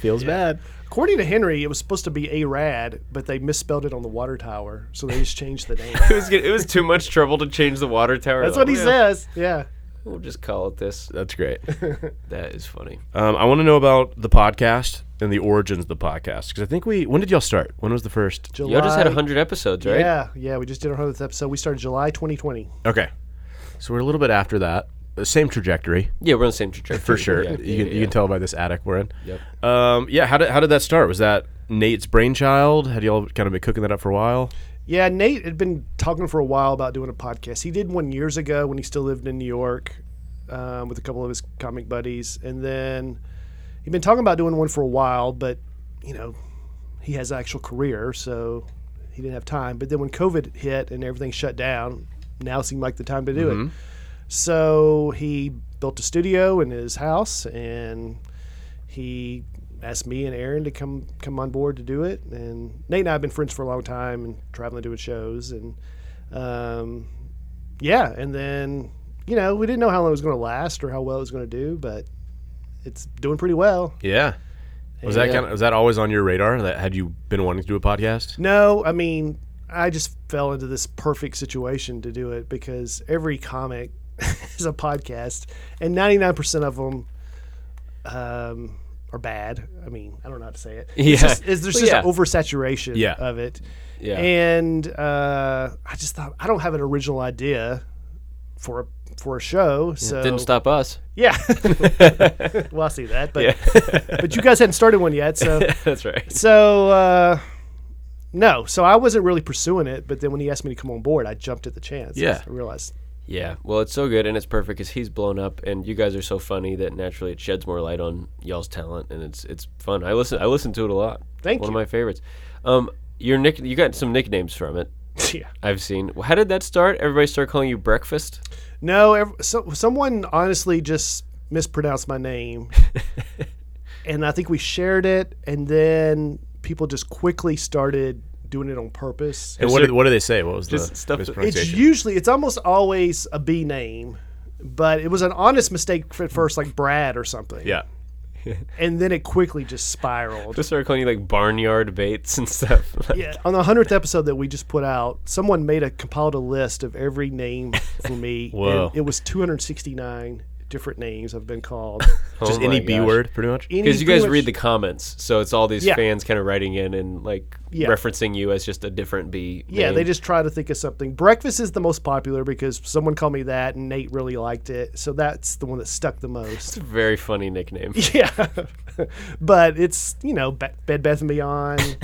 Feels bad. According to Henry, it was supposed to be Arad, but they misspelled it on the water tower, so they just changed the name. it, was, get- it was too much trouble to change the water tower. That's Like, what he yeah, says. Yeah. We'll just call it this. That's great. That is funny. Um, I want to know about the podcast and the origins of the podcast because I think we. When did y'all start? When was the first? July. Y'all just had hundred episodes, right? Yeah, yeah. We just did our hundredth episode. We started July 2020. Okay, so we're a little bit after that. The Same trajectory Yeah, we're on the same trajectory for sure. Yeah, you, yeah, can, yeah, you yeah. can tell by this attic we're in. Yep. Um, yeah. How did how did that start? Was that Nate's brainchild? Had y'all kind of been cooking that up for a while? Yeah, Nate had been talking for a while about doing a podcast. He did one years ago when he still lived in New York um, with a couple of his comic buddies, and then he'd been talking about doing one for a while, but you know, he has an actual career, so he didn't have time. But then when COVID hit and everything shut down, now seemed like the time to do Mm-hmm. it. So he built a studio in his house, and he asked me and Aaron to come come on board to do it. And Nate and I have been friends for a long time and traveling doing shows and um, yeah. And then you know we didn't know how long it was going to last or how well it was going to do, but it's doing pretty well. Yeah. Was that Yeah. kind of, was that always on your radar? That had you been wanting to do a podcast? No, I mean, I just fell into this perfect situation to do it because every comic is a podcast, and 99% of them um, are bad. I mean, I don't know how to say it. It's Yeah. just- it's- there's Well, just yeah. an oversaturation Yeah. of it. Yeah. And uh, I just thought, I don't have an original idea for a for a show, so Didn't stop us. Yeah, well, I see that, but but you guys hadn't started one yet, so That's right. so uh, no, so I wasn't really pursuing it, but then when he asked me to come on board, I jumped at the chance. Yeah. I realized. Yeah. Well, it's so good and it's perfect because he's blown up and you guys are so funny that naturally it sheds more light on y'all's talent and it's it's fun. I listen I listen to it a lot. Thank One you. of my favorites. Um, your nick you got some nicknames from it. yeah. I've seen. Well, how did that start? Everybody start calling you breakfast. No, ev so, someone honestly just mispronounced my name, and I think we shared it, and then people just quickly started doing it on purpose. And what did, what did they say? What was the Just stuff that- It's mispronunciation? usually, it's almost always a B name, but it was an honest mistake at first, like Brad or something. yeah. And then it quickly just spiraled. Just started calling you like barnyard baits and stuff. Yeah, on the hundredth episode that we just put out, someone made a compiled a list of every name for me. Whoa. And it was 269 different names I've been called. Just any B word, pretty much. oh Because you guys read the comments, so it's all these Yeah. fans kind of writing in and like Yeah. referencing you as just a different B. Yeah, name. they just try to think of something. Breakfast is the most popular because someone called me that, and Nate really liked it, so that's the one that stuck the most. very funny nickname. yeah, but it's you know Ba- Bed Bath and Beyond,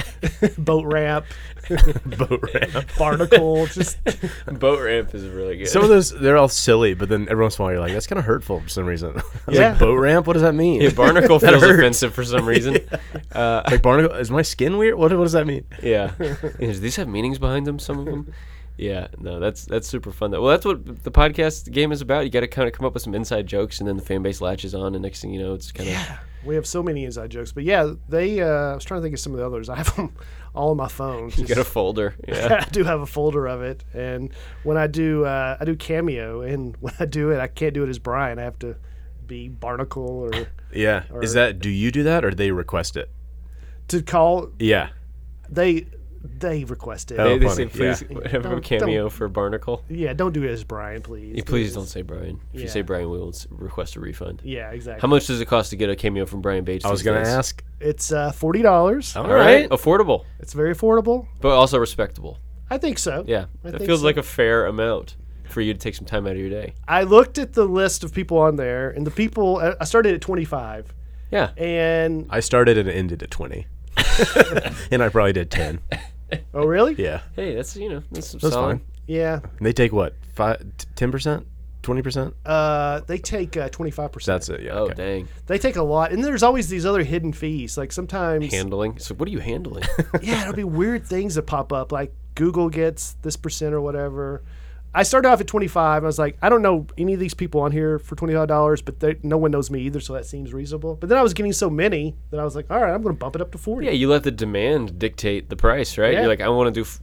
Boat Ramp, Boat ramp. Barnacle, just Boat ramp is really good. Some of those they're all silly, but then every once in a while you're like, that's kind of hurtful for some reason. I was Yeah. like, boat ramp. What does that mean? Yeah, barnacle That feels hurts. offensive for some reason. like barnacle. Is my skin weird? What, what does that mean? Yeah. Yeah, Do these have meanings behind them? Some of them. Yeah. No, that's that's super fun. Though. Well, that's what the podcast game is about. You got to kind of come up with some inside jokes, and then the fan base latches on, and next thing you know, it's kind of We have so many inside jokes, but yeah, they. Uh, I was trying to think of some of the others. I have them all on my phone. you got a folder. Yeah. I do have a folder of it, and when I do, uh, I do cameo, and when I do it, I can't do it as Brian. I have to be Barnacle or Yeah. is that do you do that or do they request it? to call Yeah. they. they requested. Oh. they, they funny. say, please have a Don't- cameo for Barnacle. Yeah, don't do it as Brian, please. Yeah, please don't say Brian. If you say Yeah. Brian, we will s- request a refund. Yeah, exactly. How much does it cost to get a cameo from Brian Bates? I was these gonna days? ask. It's uh, forty dollars. All right, affordable, It's very affordable. but also respectable. I think so. Yeah, I that think feels so. like a fair amount for you to take some time out of your day. I looked at the list of people on there, and the people I I started at twenty five, Yeah, and I started and ended at twenty, and I probably did ten. oh really? Yeah, hey, that's you know that's, some that's solid. fine. Yeah. And they take what five, ten percent, twenty percent. Uh, they take twenty five percent. That's it. Yeah. Oh okay. dang, They take a lot, and there's always these other hidden fees. Like sometimes, handling. So what are you handling? yeah, it'll be weird things that pop up. Like Google gets this percent or whatever. I started off at twenty five. I was like, I don't know any of these people on here for twenty five dollars, but they, no one knows me either, so that seems reasonable. But then I was getting so many that I was like, all right, I'm going to bump it up to forty. yeah, you let the demand dictate the price, right? Yeah. You're like, I want to do. F-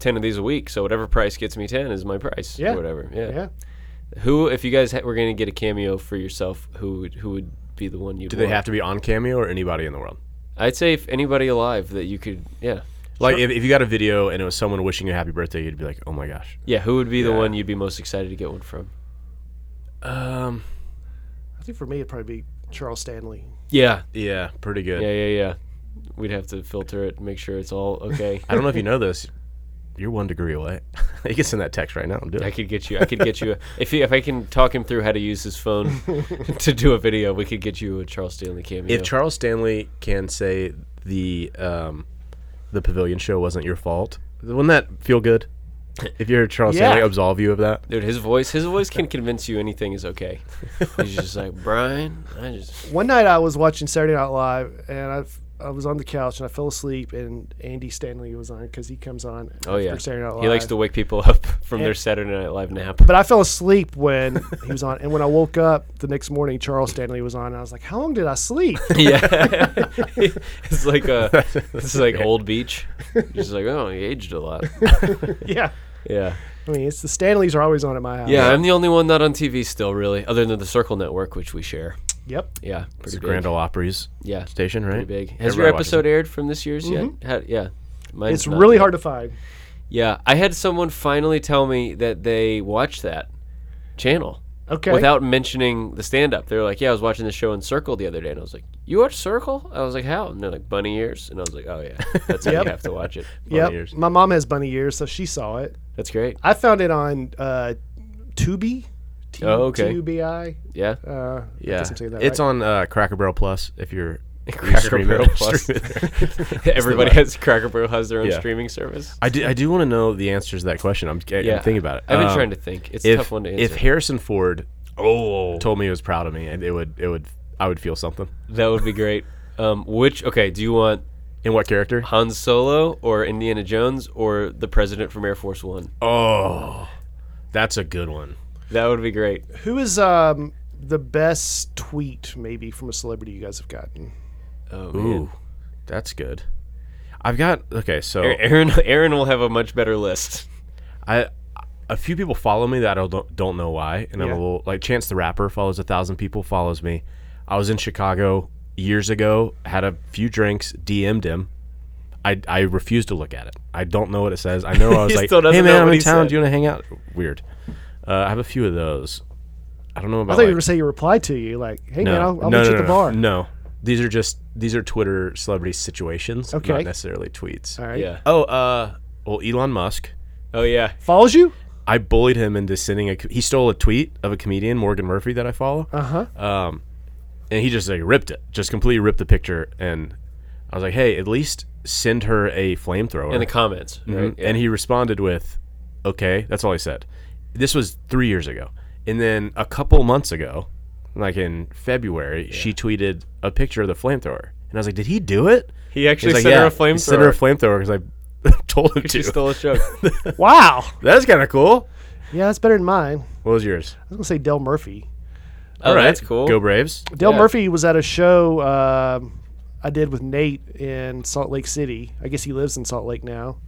Ten of these a week, so whatever price gets me ten is my price. Yeah. or whatever. Yeah. yeah. Who, if you guys ha- were going to get a cameo for yourself, who would who would be the one you? Do they have to be on Cameo or anybody in the world? I'd say if anybody alive that you could, yeah, Like if, if you got a video and it was someone wishing you a happy birthday, you'd be like, oh my gosh. yeah. Who would be the one you'd be most excited to get one from? Um. I think for me it'd probably be Charles Stanley. Yeah, Yeah. Pretty good. yeah, yeah, yeah. We'd have to filter it, make sure it's all okay. I don't know if you know this. You're one degree away. you can send that text right now and do I it. could get you. I could get you. A, if he, if I can talk him through how to use his phone to do a video, we could get you a Charles Stanley cameo. If Charles Stanley can say the um, the Pavilion Show wasn't your fault, wouldn't that feel good? If you heard Charles Yeah. Stanley absolve you of that, Dude, his voice, his voice can convince you anything is okay. He's just like Brian. I just One night I was watching Saturday Night Live, and I I was on the couch and I fell asleep, and Andy Stanley was on because he comes on. oh yeah. after Saturday Night Live. He likes to wake people up from their And- Saturday Night Live nap. But I fell asleep when he was on, and when I woke up the next morning, Charles Stanley was on, and I was like, "How long did I sleep?" yeah, it's like uh it's like old beach. Just like oh, he aged a lot. yeah, Yeah, I mean, it's the Stanleys are always on at my house. yeah. I'm the only one not on TV still, really, other than the Circle Network, which we share. Yep. Yeah, it's pretty the big. Grand Ole Opry's yeah, station, right? pretty big. Has Everybody your watches episode aired from this year's yet? Had- yeah, Mine's It's not really yet. hard to find. Yeah, I had someone finally tell me that they watched that channel Okay. without mentioning the stand-up. They were like, "Yeah, I was watching the show in Circle the other day," and I was like, "You watch Circle?" I was like, "How?" And they're like, "Bunny ears," and I was like, "Oh yeah, that's how Yep. you have to watch it." yep. ears. My mom has bunny ears, so she saw it. That's great. I found it on uh, Tubi. T- Oh, okay. Tubi. Yeah. Uh, I Yeah, guess I'm saying that it's right. on uh, Cracker Barrel Plus. If you're Cracker stream it- Barrel Plus. stream it there. Everybody has Cracker Barrel has their own Yeah. streaming service. I do. I do want to know the answers to that question. I'm, I'm thinking about it. I've been Um, trying to think. It's a if tough one to answer. if Harrison Ford told me he was proud of me, and it would it would I would feel something. that would be great. Um, which okay, do you want In what character? Han Solo or Indiana Jones or the President from Air Force One? Oh, that's a good one. That would be great. Who is um, the best tweet maybe from a celebrity you guys have gotten? Oh, Ooh, man. that's good. I've got okay. So A- Aaron Aaron will have a much better list. I a few people follow me that I don't don't know why, and I'm a Yeah. little like Chance the Rapper follows a thousand people follows me. I was in Chicago years ago, had a few drinks, DM'd him. I, I refuse to look at it. I don't know what it says. I know I was He like, still doesn't hey know man, I'm what in he town. said." Do you want to hang out? Weird. Uh, I have a few of those. I don't know I about. thought you were like- going to say you replied to you like, "Hey man, I'll, no, I'll meet no, you at no, the bar." No, these are just these are Twitter celebrity situations, Okay. not necessarily tweets. All right. Yeah. Oh, uh, well, Elon Musk. Oh yeah. Follows you? I bullied him into sending a. co- He stole a tweet of a comedian Morgan Murphy that I follow, Uh huh. um, and he just like ripped it, just completely ripped the picture. And I was like, "Hey, at least send her a flamethrower." In the comments, right? Mhm. Yeah. And he responded with, "Okay, that's all he said." This was three years ago, and then a couple months ago, like in February, she tweeted a picture of the flamethrower, and I was like, "Did he do it?" he actually He's like, sent her a "Yeah, he Sent her a flamethrower. flamethrower because I told him to. She stole a joke. Wow. that's kind of cool. Yeah, that's better than mine. What was yours? I was gonna say Del Murphy. oh, that's cool. Go Braves. Del Yeah. Murphy was at a show um, I did with Nate in Salt Lake City. I guess he lives in Salt Lake now.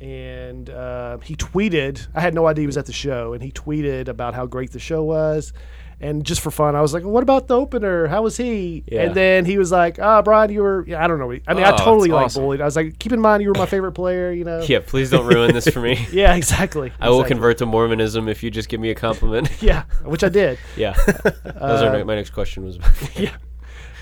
And uh, he tweeted, I had no idea he was at the show, and he tweeted about how great the show was. And just for fun, I was like, "What about the opener? How was he?" Yeah. And then he was like, "Ah, Brian, you were." Yeah, I don't know. I mean, Oh, I that's totally like awesome. bullied. I was like, "Keep in mind, you were my favorite player." You know. Yeah, please don't ruin this for me. Yeah, exactly. I will exactly. convert to Mormonism if you just give me a compliment. Yeah, which I did. yeah. Those Uh, are my next question was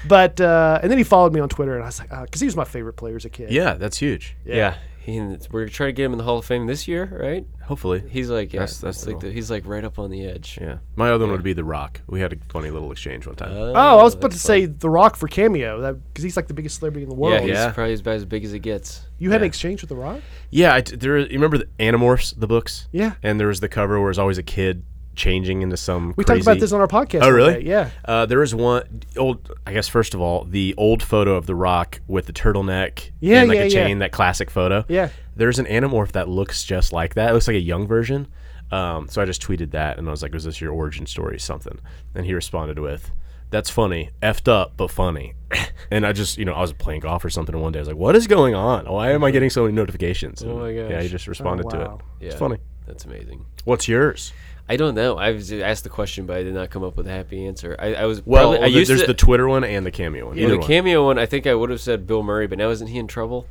But uh, and then he followed me on Twitter, and I was like, because he was my favorite player as a kid. Yeah, that's huge. Yeah. He, we're trying to get him in the Hall of Fame this year, right? Hopefully. He's like, yeah, That's- that's it's the like goal. the, he's like right up on the edge. yeah. My other one would be The Rock. We had a funny little exchange one time. Oh, I was about to say The Rock for cameo, that because he's like the biggest celebrity in the world. yeah, he's Oh, yeah. probably about as big as it gets. You had Yeah. an exchange with The Rock. Yeah, I, there. You remember the Animorphs, the books? Yeah. And there was the cover where it was always a kid changing into some. We crazy, talked about this on our podcast. Oh, one really? day, Yeah. Uh, there was one old. I guess first of all, the old photo of the Rock with the turtleneck Yeah, and like yeah, a yeah. chain, that classic photo. Yeah. There's an Animorph that looks just like that. It looks like a young version. Um, so I just tweeted that and I was like, "Was this your origin story, something?" And he responded with, "That's funny, effed up, but funny." and I just, you know, I was playing golf or something, and one day I was like, "What is going on? Why am I getting so many notifications?" And, Oh my Yeah, gosh. he just responded to wow. it. Yeah. It's funny. That's amazing. What's yours? I don't know. I was asked the question, but I did not come up with a happy answer. I, I was Well, probably- I the- used there's to, the Twitter one and the cameo one. yeah, Either the one. cameo one. I think I would have said Bill Murray, but now isn't he in trouble?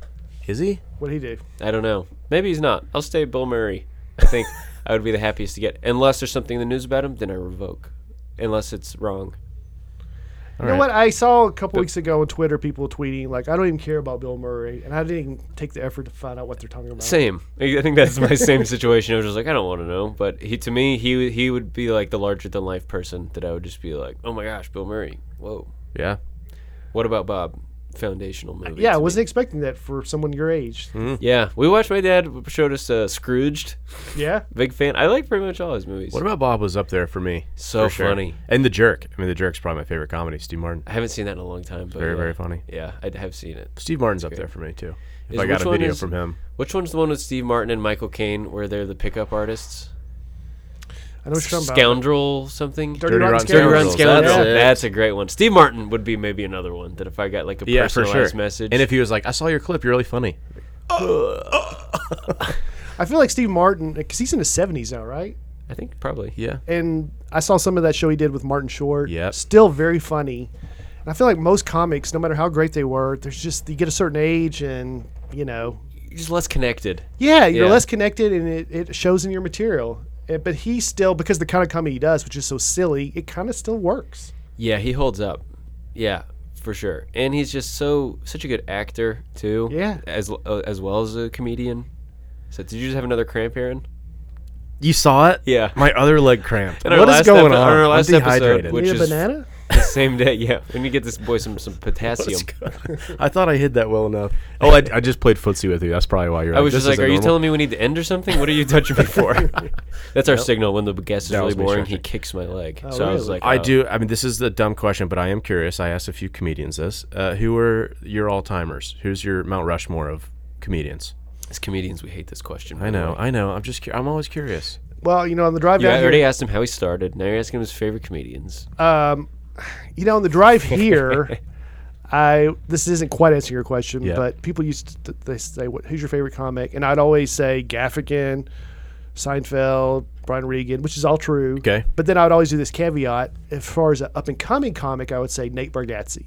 is he? What would he do? I don't know. Maybe he's not. I'll stay Bill Murray. I think I would be the happiest to get. Unless there's something in the news about him, then I revoke. Unless it's wrong. you know what? I saw a couple weeks ago on Twitter people tweeting like, "I don't even care about Bill Murray," and I didn't even take the effort to find out what they're talking about. Same. I I think that's my same situation. I was just like, I don't want to know. But he, to me, he w- he would be like the larger than life person that I would just be like, oh my gosh, Bill Murray. Whoa. Yeah. What about Bob? Foundational movie. Yeah, I to me. wasn't expecting that for someone your age. Hmm. Yeah, we watched. My dad showed us uh, Scrooged. Yeah. Big fan. I like pretty much all his movies. What about Bob was up there for me? So for sure. funny. And The Jerk. I mean, The Jerk's probably my favorite comedy. Steve Martin. I haven't seen that in a long time. But Very, yeah. very funny. Yeah, I have seen it. Steve Martin's up there for me too. If Is- I got which a one video is- from him, Which one's the one with Steve Martin and Michael Caine where they're the pickup artists? I know what you're talking about. Scoundrel something? Dirty Rotten Dirty Rotten Scoundrels, Scoundrel. that's That's, it. a great one. Steve Martin would be maybe another one that if I got like a yeah, for personalized sure. message. And if he was like, "I saw your clip, you're really funny," I feel like Steve Martin because he's in his 70s now, right? I think probably. yeah, and I saw some of that show he did with Martin Short. Yep. Still very funny. And I feel like most comics, no matter how great they were, there's just you get a certain age and you know You're just less connected. Yeah, you're Yeah. less connected and it, it shows in your material. Eh, but he still because the kind of comedy he does, which is so silly, it kind of still works. Yeah, he holds up. Yeah, for sure. And he's just so such a good actor too. Yeah. As uh, as well as a comedian. So did you just have another cramp, Aaron? you saw it. Yeah. my other leg cramped. In our What is last going epi- on? in our last I'm episode, dehydrated. Which Need a is- banana? The same day, yeah. We need to get this boy some some potassium. I thought I hid that well enough. Oh, I, I just played footsie with you. That's probably why you're. I was this just like, isn't "Are you normal." telling me we need to end or something? What are you touching me for?" That's our signal when the guest is That really was me boring. He stretching. kicks my leg, so I was really? like, I oh. do. I mean, this is the dumb question, but I am curious. I asked a few comedians this: uh, Who are your all timers? Who's your Mount Rushmore of comedians? As comedians, we hate this question. by I the know, way. I know. I'm just. Cu- I'm always curious. Well, you know, on the drive You down already here, asked him how he started. Now you're asking him his favorite comedians. Uh, um, you know, on the drive here, I this isn't quite answering your question, Yeah. but people used to they say, "What who's your favorite comic?" And I'd always say Gaffigan, Seinfeld, Brian Regan, which is all true. Okay. but then I would always do this caveat: as far as an up and coming comic, I would say Nate Bargatze.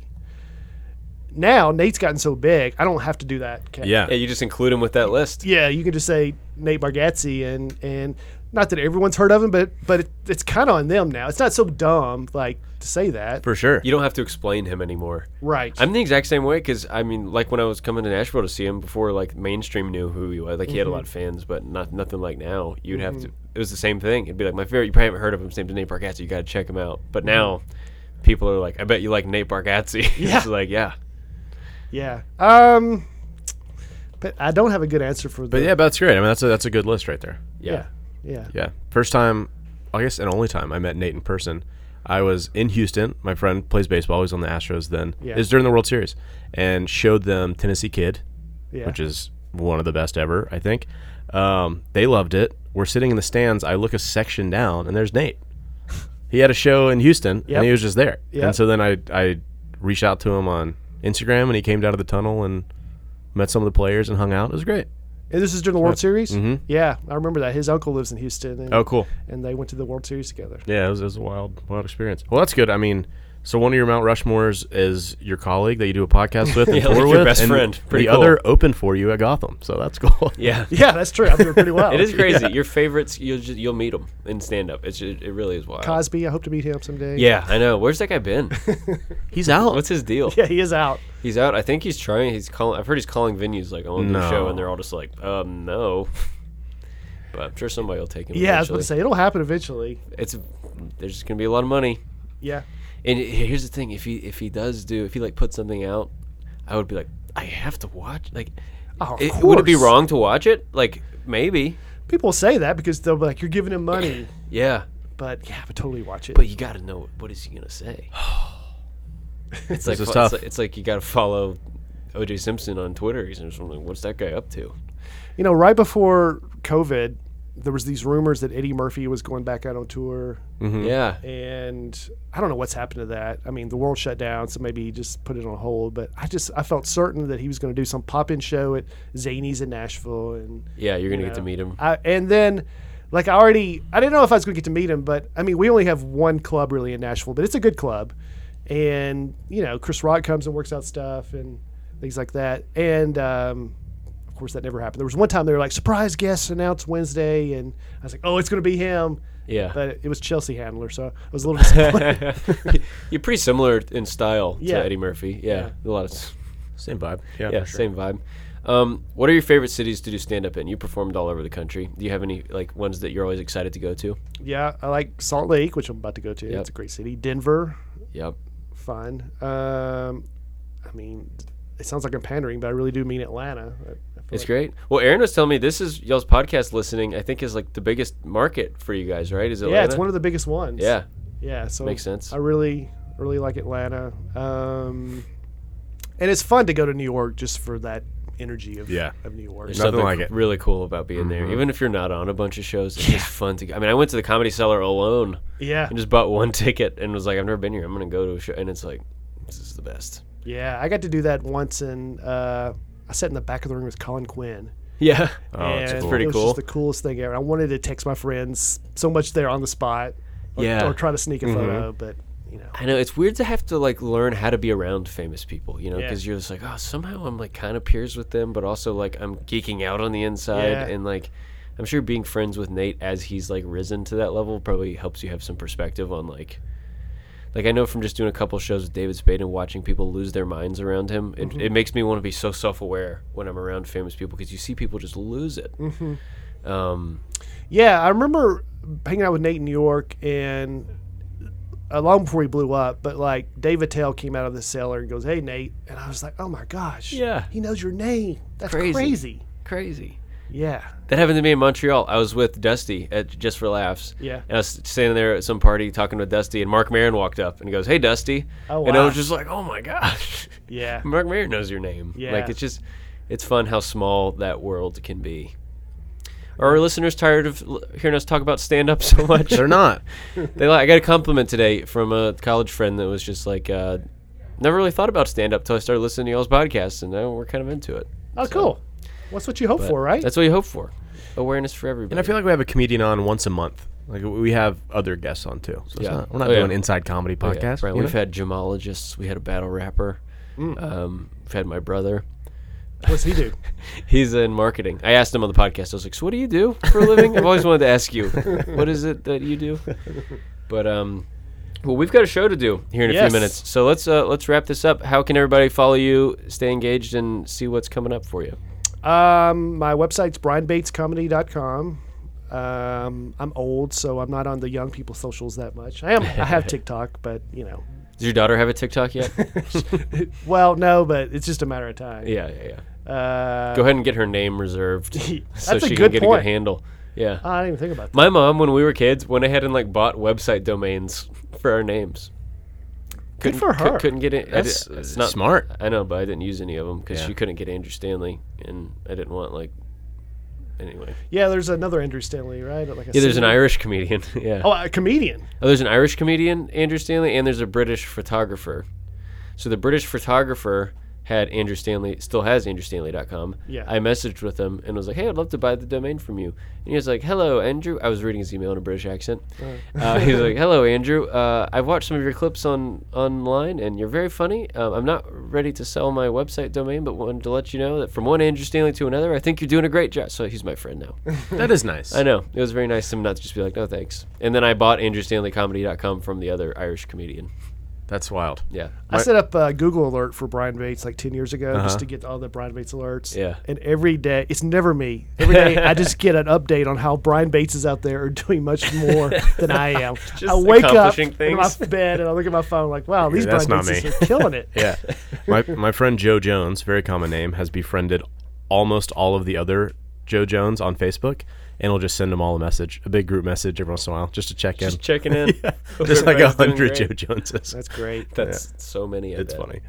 Now Nate's gotten so big, I don't have to do that. Caveat. Yeah. yeah, you just include him with that list. Yeah, you can just say Nate Bargatze and and not that everyone's heard of him, but but it, it's kind of on them now. It's not so dumb like to say that, for sure. You don't have to explain him anymore. right? I'm the exact same way because I mean, like when I was coming to Nashville to see him before, like mainstream knew who he was. Like he had a lot of fans, but not nothing like now. You'd have to. It was the same thing. It'd be like my favorite. You probably haven't heard of him. His name's Nate Bargatze. You got to check him out. But now, people are like, I bet you like Nate Bargatze. Yeah. it's like yeah. yeah. Um, but I don't have a good answer for But the yeah, but that's great. I mean, that's a that's a good list right there. yeah, yeah. Yeah. First time, I guess, and only time I met Nate in person. I was in Houston. My friend plays baseball. He was on the Astros then. Yeah. It was during the World Series, and showed them Tennessee Kid, Yeah. which is one of the best ever, I think. Um, they loved it. We're sitting in the stands. I look a section down, and there's Nate. He had a show in Houston, Yep. and he was just there. Yep. And so then I I reached out to him on Instagram, and he came down to the tunnel and met some of the players and hung out. It was great. And this is during the World Series. Mm-hmm. Yeah, I remember that. His uncle lives in Houston. And, Oh, cool. And they went to the World Series together. Yeah, it was, it was a wild, wild experience. Well, that's good. I mean, so one of your Mount Rushmores is your colleague that you do a podcast with, and Yeah, tour like your with, best and friend. Pretty the cool. other opened for you at Gotham, so that's cool. Yeah. Yeah, that's true. I'm doing pretty well. It is crazy. Your favorites, you'll just, you'll meet them in stand up. It's ju- it really is wild. Cosby. I hope to meet him someday. yeah, I know. Where's that guy been? He's out. What's his deal? Yeah, he is out. He's out. I think he's trying. He's calling. I've heard he's calling venues like, "I want to do a show," No. and they're all just like, "Um, no." But I'm sure somebody will take him. Yeah, I was about eventually. to say it'll happen eventually. it's there's just gonna be a lot of money. Yeah. And he- here's the thing: if he if he does do if he like puts something out, I would be like, I have to watch. Like, Oh, of it- would it be course. wrong to watch it? Like, maybe. People say that because they'll be like, "You're giving him money," Yeah, but yeah, but totally watch it. but you got to know what is he gonna say. it's like This is fo- tough. It's like, it's like you got to follow O.J. Simpson on Twitter. He's just like, what's that guy up to? You know, right before COVID, there was these rumors that Eddie Murphy was going back out on tour, Yeah, and I don't know what's happened to that. I mean, the world shut down, so maybe he just put it on hold. But I just I felt certain that he was going to do some pop in show at Zany's in Nashville, and yeah, you're gonna get to know, meet him. I, and then. Like I already, I didn't know if I was going to get to meet him, but I mean, we only have one club really in Nashville, but it's a good club, and you know, Chris Rock comes and works out stuff and things like that, and um, of course that never happened. There was one time they were like surprise guest announced Wednesday, and I was like, oh, it's going to be him, Yeah. but it was Chelsea Handler, so I was a little disappointed. You're pretty similar in style Yeah. to Eddie Murphy. Yeah, a lot of s- Same vibe. Yeah, yeah, for sure. same vibe. Um, what are your favorite cities to do stand up in? You performed all over the country. Do you have any like ones that you're always excited to go to? yeah, I like Salt Lake, which I'm about to go to. Yep. It's a great city. Denver, Yep. fun. Um, I mean, it sounds like I'm pandering, but I really do mean Atlanta. I- I feel It's like- great. Well, Aaron was telling me this is y'all's podcast listening. I think is like the biggest market for you guys, right? Is it? Yeah, it's one of the biggest ones. Yeah, Yeah, so Makes sense. I really, really like Atlanta, um, and it's fun to go to New York just for that energy of Yeah. of New York. there's Nothing something like it. Really cool about being Mm-hmm. there, even if you're not on a bunch of shows. It's just fun to. go. I mean, I went to the Comedy Cellar alone Yeah, and just bought one ticket and was like, I've never been here. I'm gonna go to a show, and it's like, this is the best. yeah. I got to do that once, and uh, I sat in the back of the room with Colin Quinn. Yeah. Oh, that's and cool. pretty it was cool. Just the coolest thing ever. I wanted to text my friends so much there on the spot. Or, Yeah. Or try to sneak a photo, but you know. I know it's weird to have to like learn how to be around famous people, you know, Yeah. because you're just like, oh, somehow I'm like kind of peers with them, but also like I'm geeking out on the inside, Yeah. and like I'm sure being friends with Nate as he's like risen to that level probably helps you have some perspective on like, like I know from just doing a couple shows with David Spade and watching people lose their minds around him, it, it makes me want to be so self aware when I'm around famous people because you see people just lose it. Um, Yeah, I remember hanging out with Nate in New York and uh, long before he blew up, but like Dave Attell came out of the cellar and goes, Hey Nate and I was like, Oh my gosh. Yeah. He knows your name. That's Crazy. crazy. crazy. Yeah. That happened to me in Montreal. I was with Dusty at Just for Laughs. Yeah. And I was standing there at some party talking with Dusty, and Mark Maron walked up and he goes, Hey, Dusty. Oh, And I wow. was just like, Oh my gosh. Yeah. Mark Maron knows your name. Yeah. Like, it's just, it's fun how small that world can be. Are our listeners tired of l- hearing us talk about stand up so much? They're not. they like, I got a compliment today from a college friend that was just like, uh, Never really thought about stand up till I started listening to y'all's podcasts, and now we're kind of into it. Oh cool. What's what you hope But for, right? That's what you hope for. Awareness for everybody. And I feel like we have a comedian on once a month. Like we have other guests on too. So it's Yeah. not, we're not Oh, yeah. doing inside comedy Oh, yeah, podcast. right. you We've know? had gemologists. We had a battle rapper. Mm. Um, we've had my brother. What's he do? He's in marketing. I asked him on the podcast. I was like, "So what do you do for a living?" I've always wanted to ask you, what is it that you do? But um, well, we've got a show to do here in a Yes. few minutes, so let's uh, let's wrap this up. How can everybody follow you, stay engaged, and see what's coming up for you? Um, my website's brianbatescomedy.com. Um, I'm old, so I'm not on the young people socials that much. I am. I have TikTok, but you know, Does your daughter have a TikTok yet? well, no, but it's just a matter of time. yeah, yeah, yeah. Uh, Go ahead and get her name reserved so That's a she can good get a point. good handle. Yeah. I didn't even think about that. My mom, when we were kids, went ahead and like bought website domains for our names. Good for Cou- her. couldn't get it. I That's, di- that's not- smart. I know, but I didn't use any of them because Yeah. she couldn't get Andrew Stanley, and I didn't want like. Anyway, Yeah, there's another Andrew Stanley, right? Like a yeah, there's an singer. Irish comedian. yeah, Oh, a comedian. Oh, there's an Irish comedian, Andrew Stanley, and there's a British photographer. So the British photographer had Andrew Stanley, still has AndrewStanley.com. Yeah. I messaged with him and was like, hey, I'd love to buy the domain from you. And he was like, hello, Andrew. I was reading his email in a British accent. Uh, he was like, hello, Andrew. Uh, I've watched some of your clips on online and you're very funny. Um, I'm not ready to sell my website domain, but wanted to let you know that from one Andrew Stanley to another, I think you're doing a great job. So he's my friend now. That is nice. I know. It was very nice of him not to just be like, no, thanks. And then I bought AndrewStanleyComedy.com from the other Irish comedian. That's wild. Yeah. I set up a Google alert for Brian Bates like 10 years ago just to get all the Brian Bates alerts. Uh-huh. Yeah. And every day, it's never me. Every day, I just get an update on how Brian Bates is out there or doing much more than I am. I wake up accomplishing in things. my bed and I look at my phone like, wow, these that's Brian not Bates me. are killing it. Yeah. my my friend Joe Jones, very common name, has befriended almost all of the other Joe Jones on Facebook and will just send them all a message, a big group message every once in a while, just to check in. Just checking in. Hope There's like a everybody's doing hundred Joe great. Joneses. That's great. That's so many. I It's bet. funny.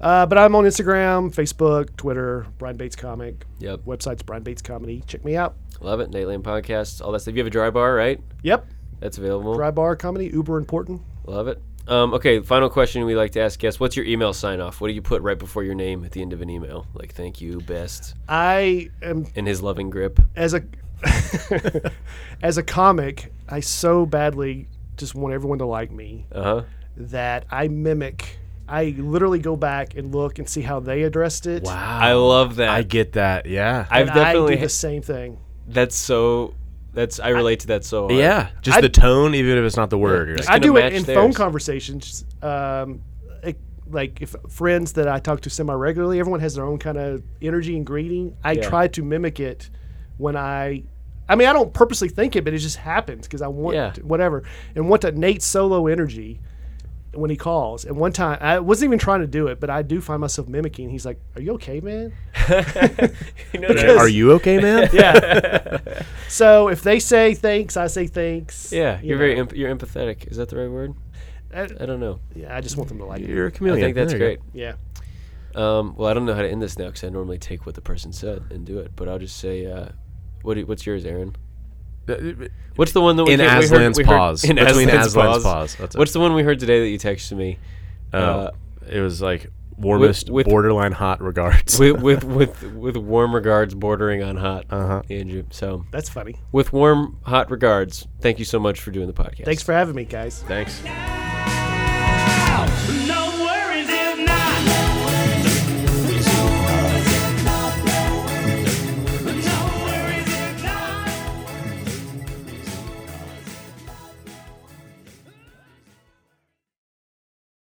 Uh, but I'm on Instagram, Facebook, Twitter, Brian Bates Comic. Yep. Website's Brian Bates Comedy. Check me out. Love it. Nightland podcast. All that stuff. You have a dry bar, right? Yep. That's available. Dry Bar Comedy, uber important. Love it. Um, okay. Final question we like to ask guests: What's your email sign off? What do you put right before your name at the end of an email? Like thank you, best, I am in his loving grip. as a as a comic, I so badly just want everyone to like me Uh huh. that I mimic. I literally go back and look and see how they addressed it. Ah, I love that. I get that. Yeah. I've and I definitely. do the same thing. that's so. That's I relate to that so. hard. yeah. Just I- the tone, even if it's not the word. You're like, I gonna do it match in theirs. phone conversations. Um, it- like if friends that I talk to semi regularly, everyone has their own kind of energy and greeting. I try to mimic it when I. I mean, I don't purposely think it, but it just happens because I want Yeah. whatever and want that Nate solo energy when he calls. And one time, I wasn't even trying to do it, but I do find myself mimicking. He's like, "Are you okay, man?" You know that- Are you okay, man? Yeah. so if they say thanks, I say thanks. Yeah. you You're very. know. Imp- you're empathetic. Is that the right word? Uh, I don't know. yeah, I just want them to like it. You're a I chameleon. think that's There you go. great. Yeah. Um, well, I don't know how to end this now because I normally take what the person said and do it, but I'll just say, uh, what do, what's yours, Aaron? What's the one that we In can't- we heard- Aslan's we heard- pause. in Between Aslan's, Aslan's pause. pause, that's it. What's the one we heard today that you texted me? Uh, it was like warmest, with- borderline hot regards. with, with with with warm regards, bordering on hot, Uh-huh. Andrew. So, That's funny. with warm hot regards, thank you so much for doing the podcast. Thanks for having me, guys. Thanks. No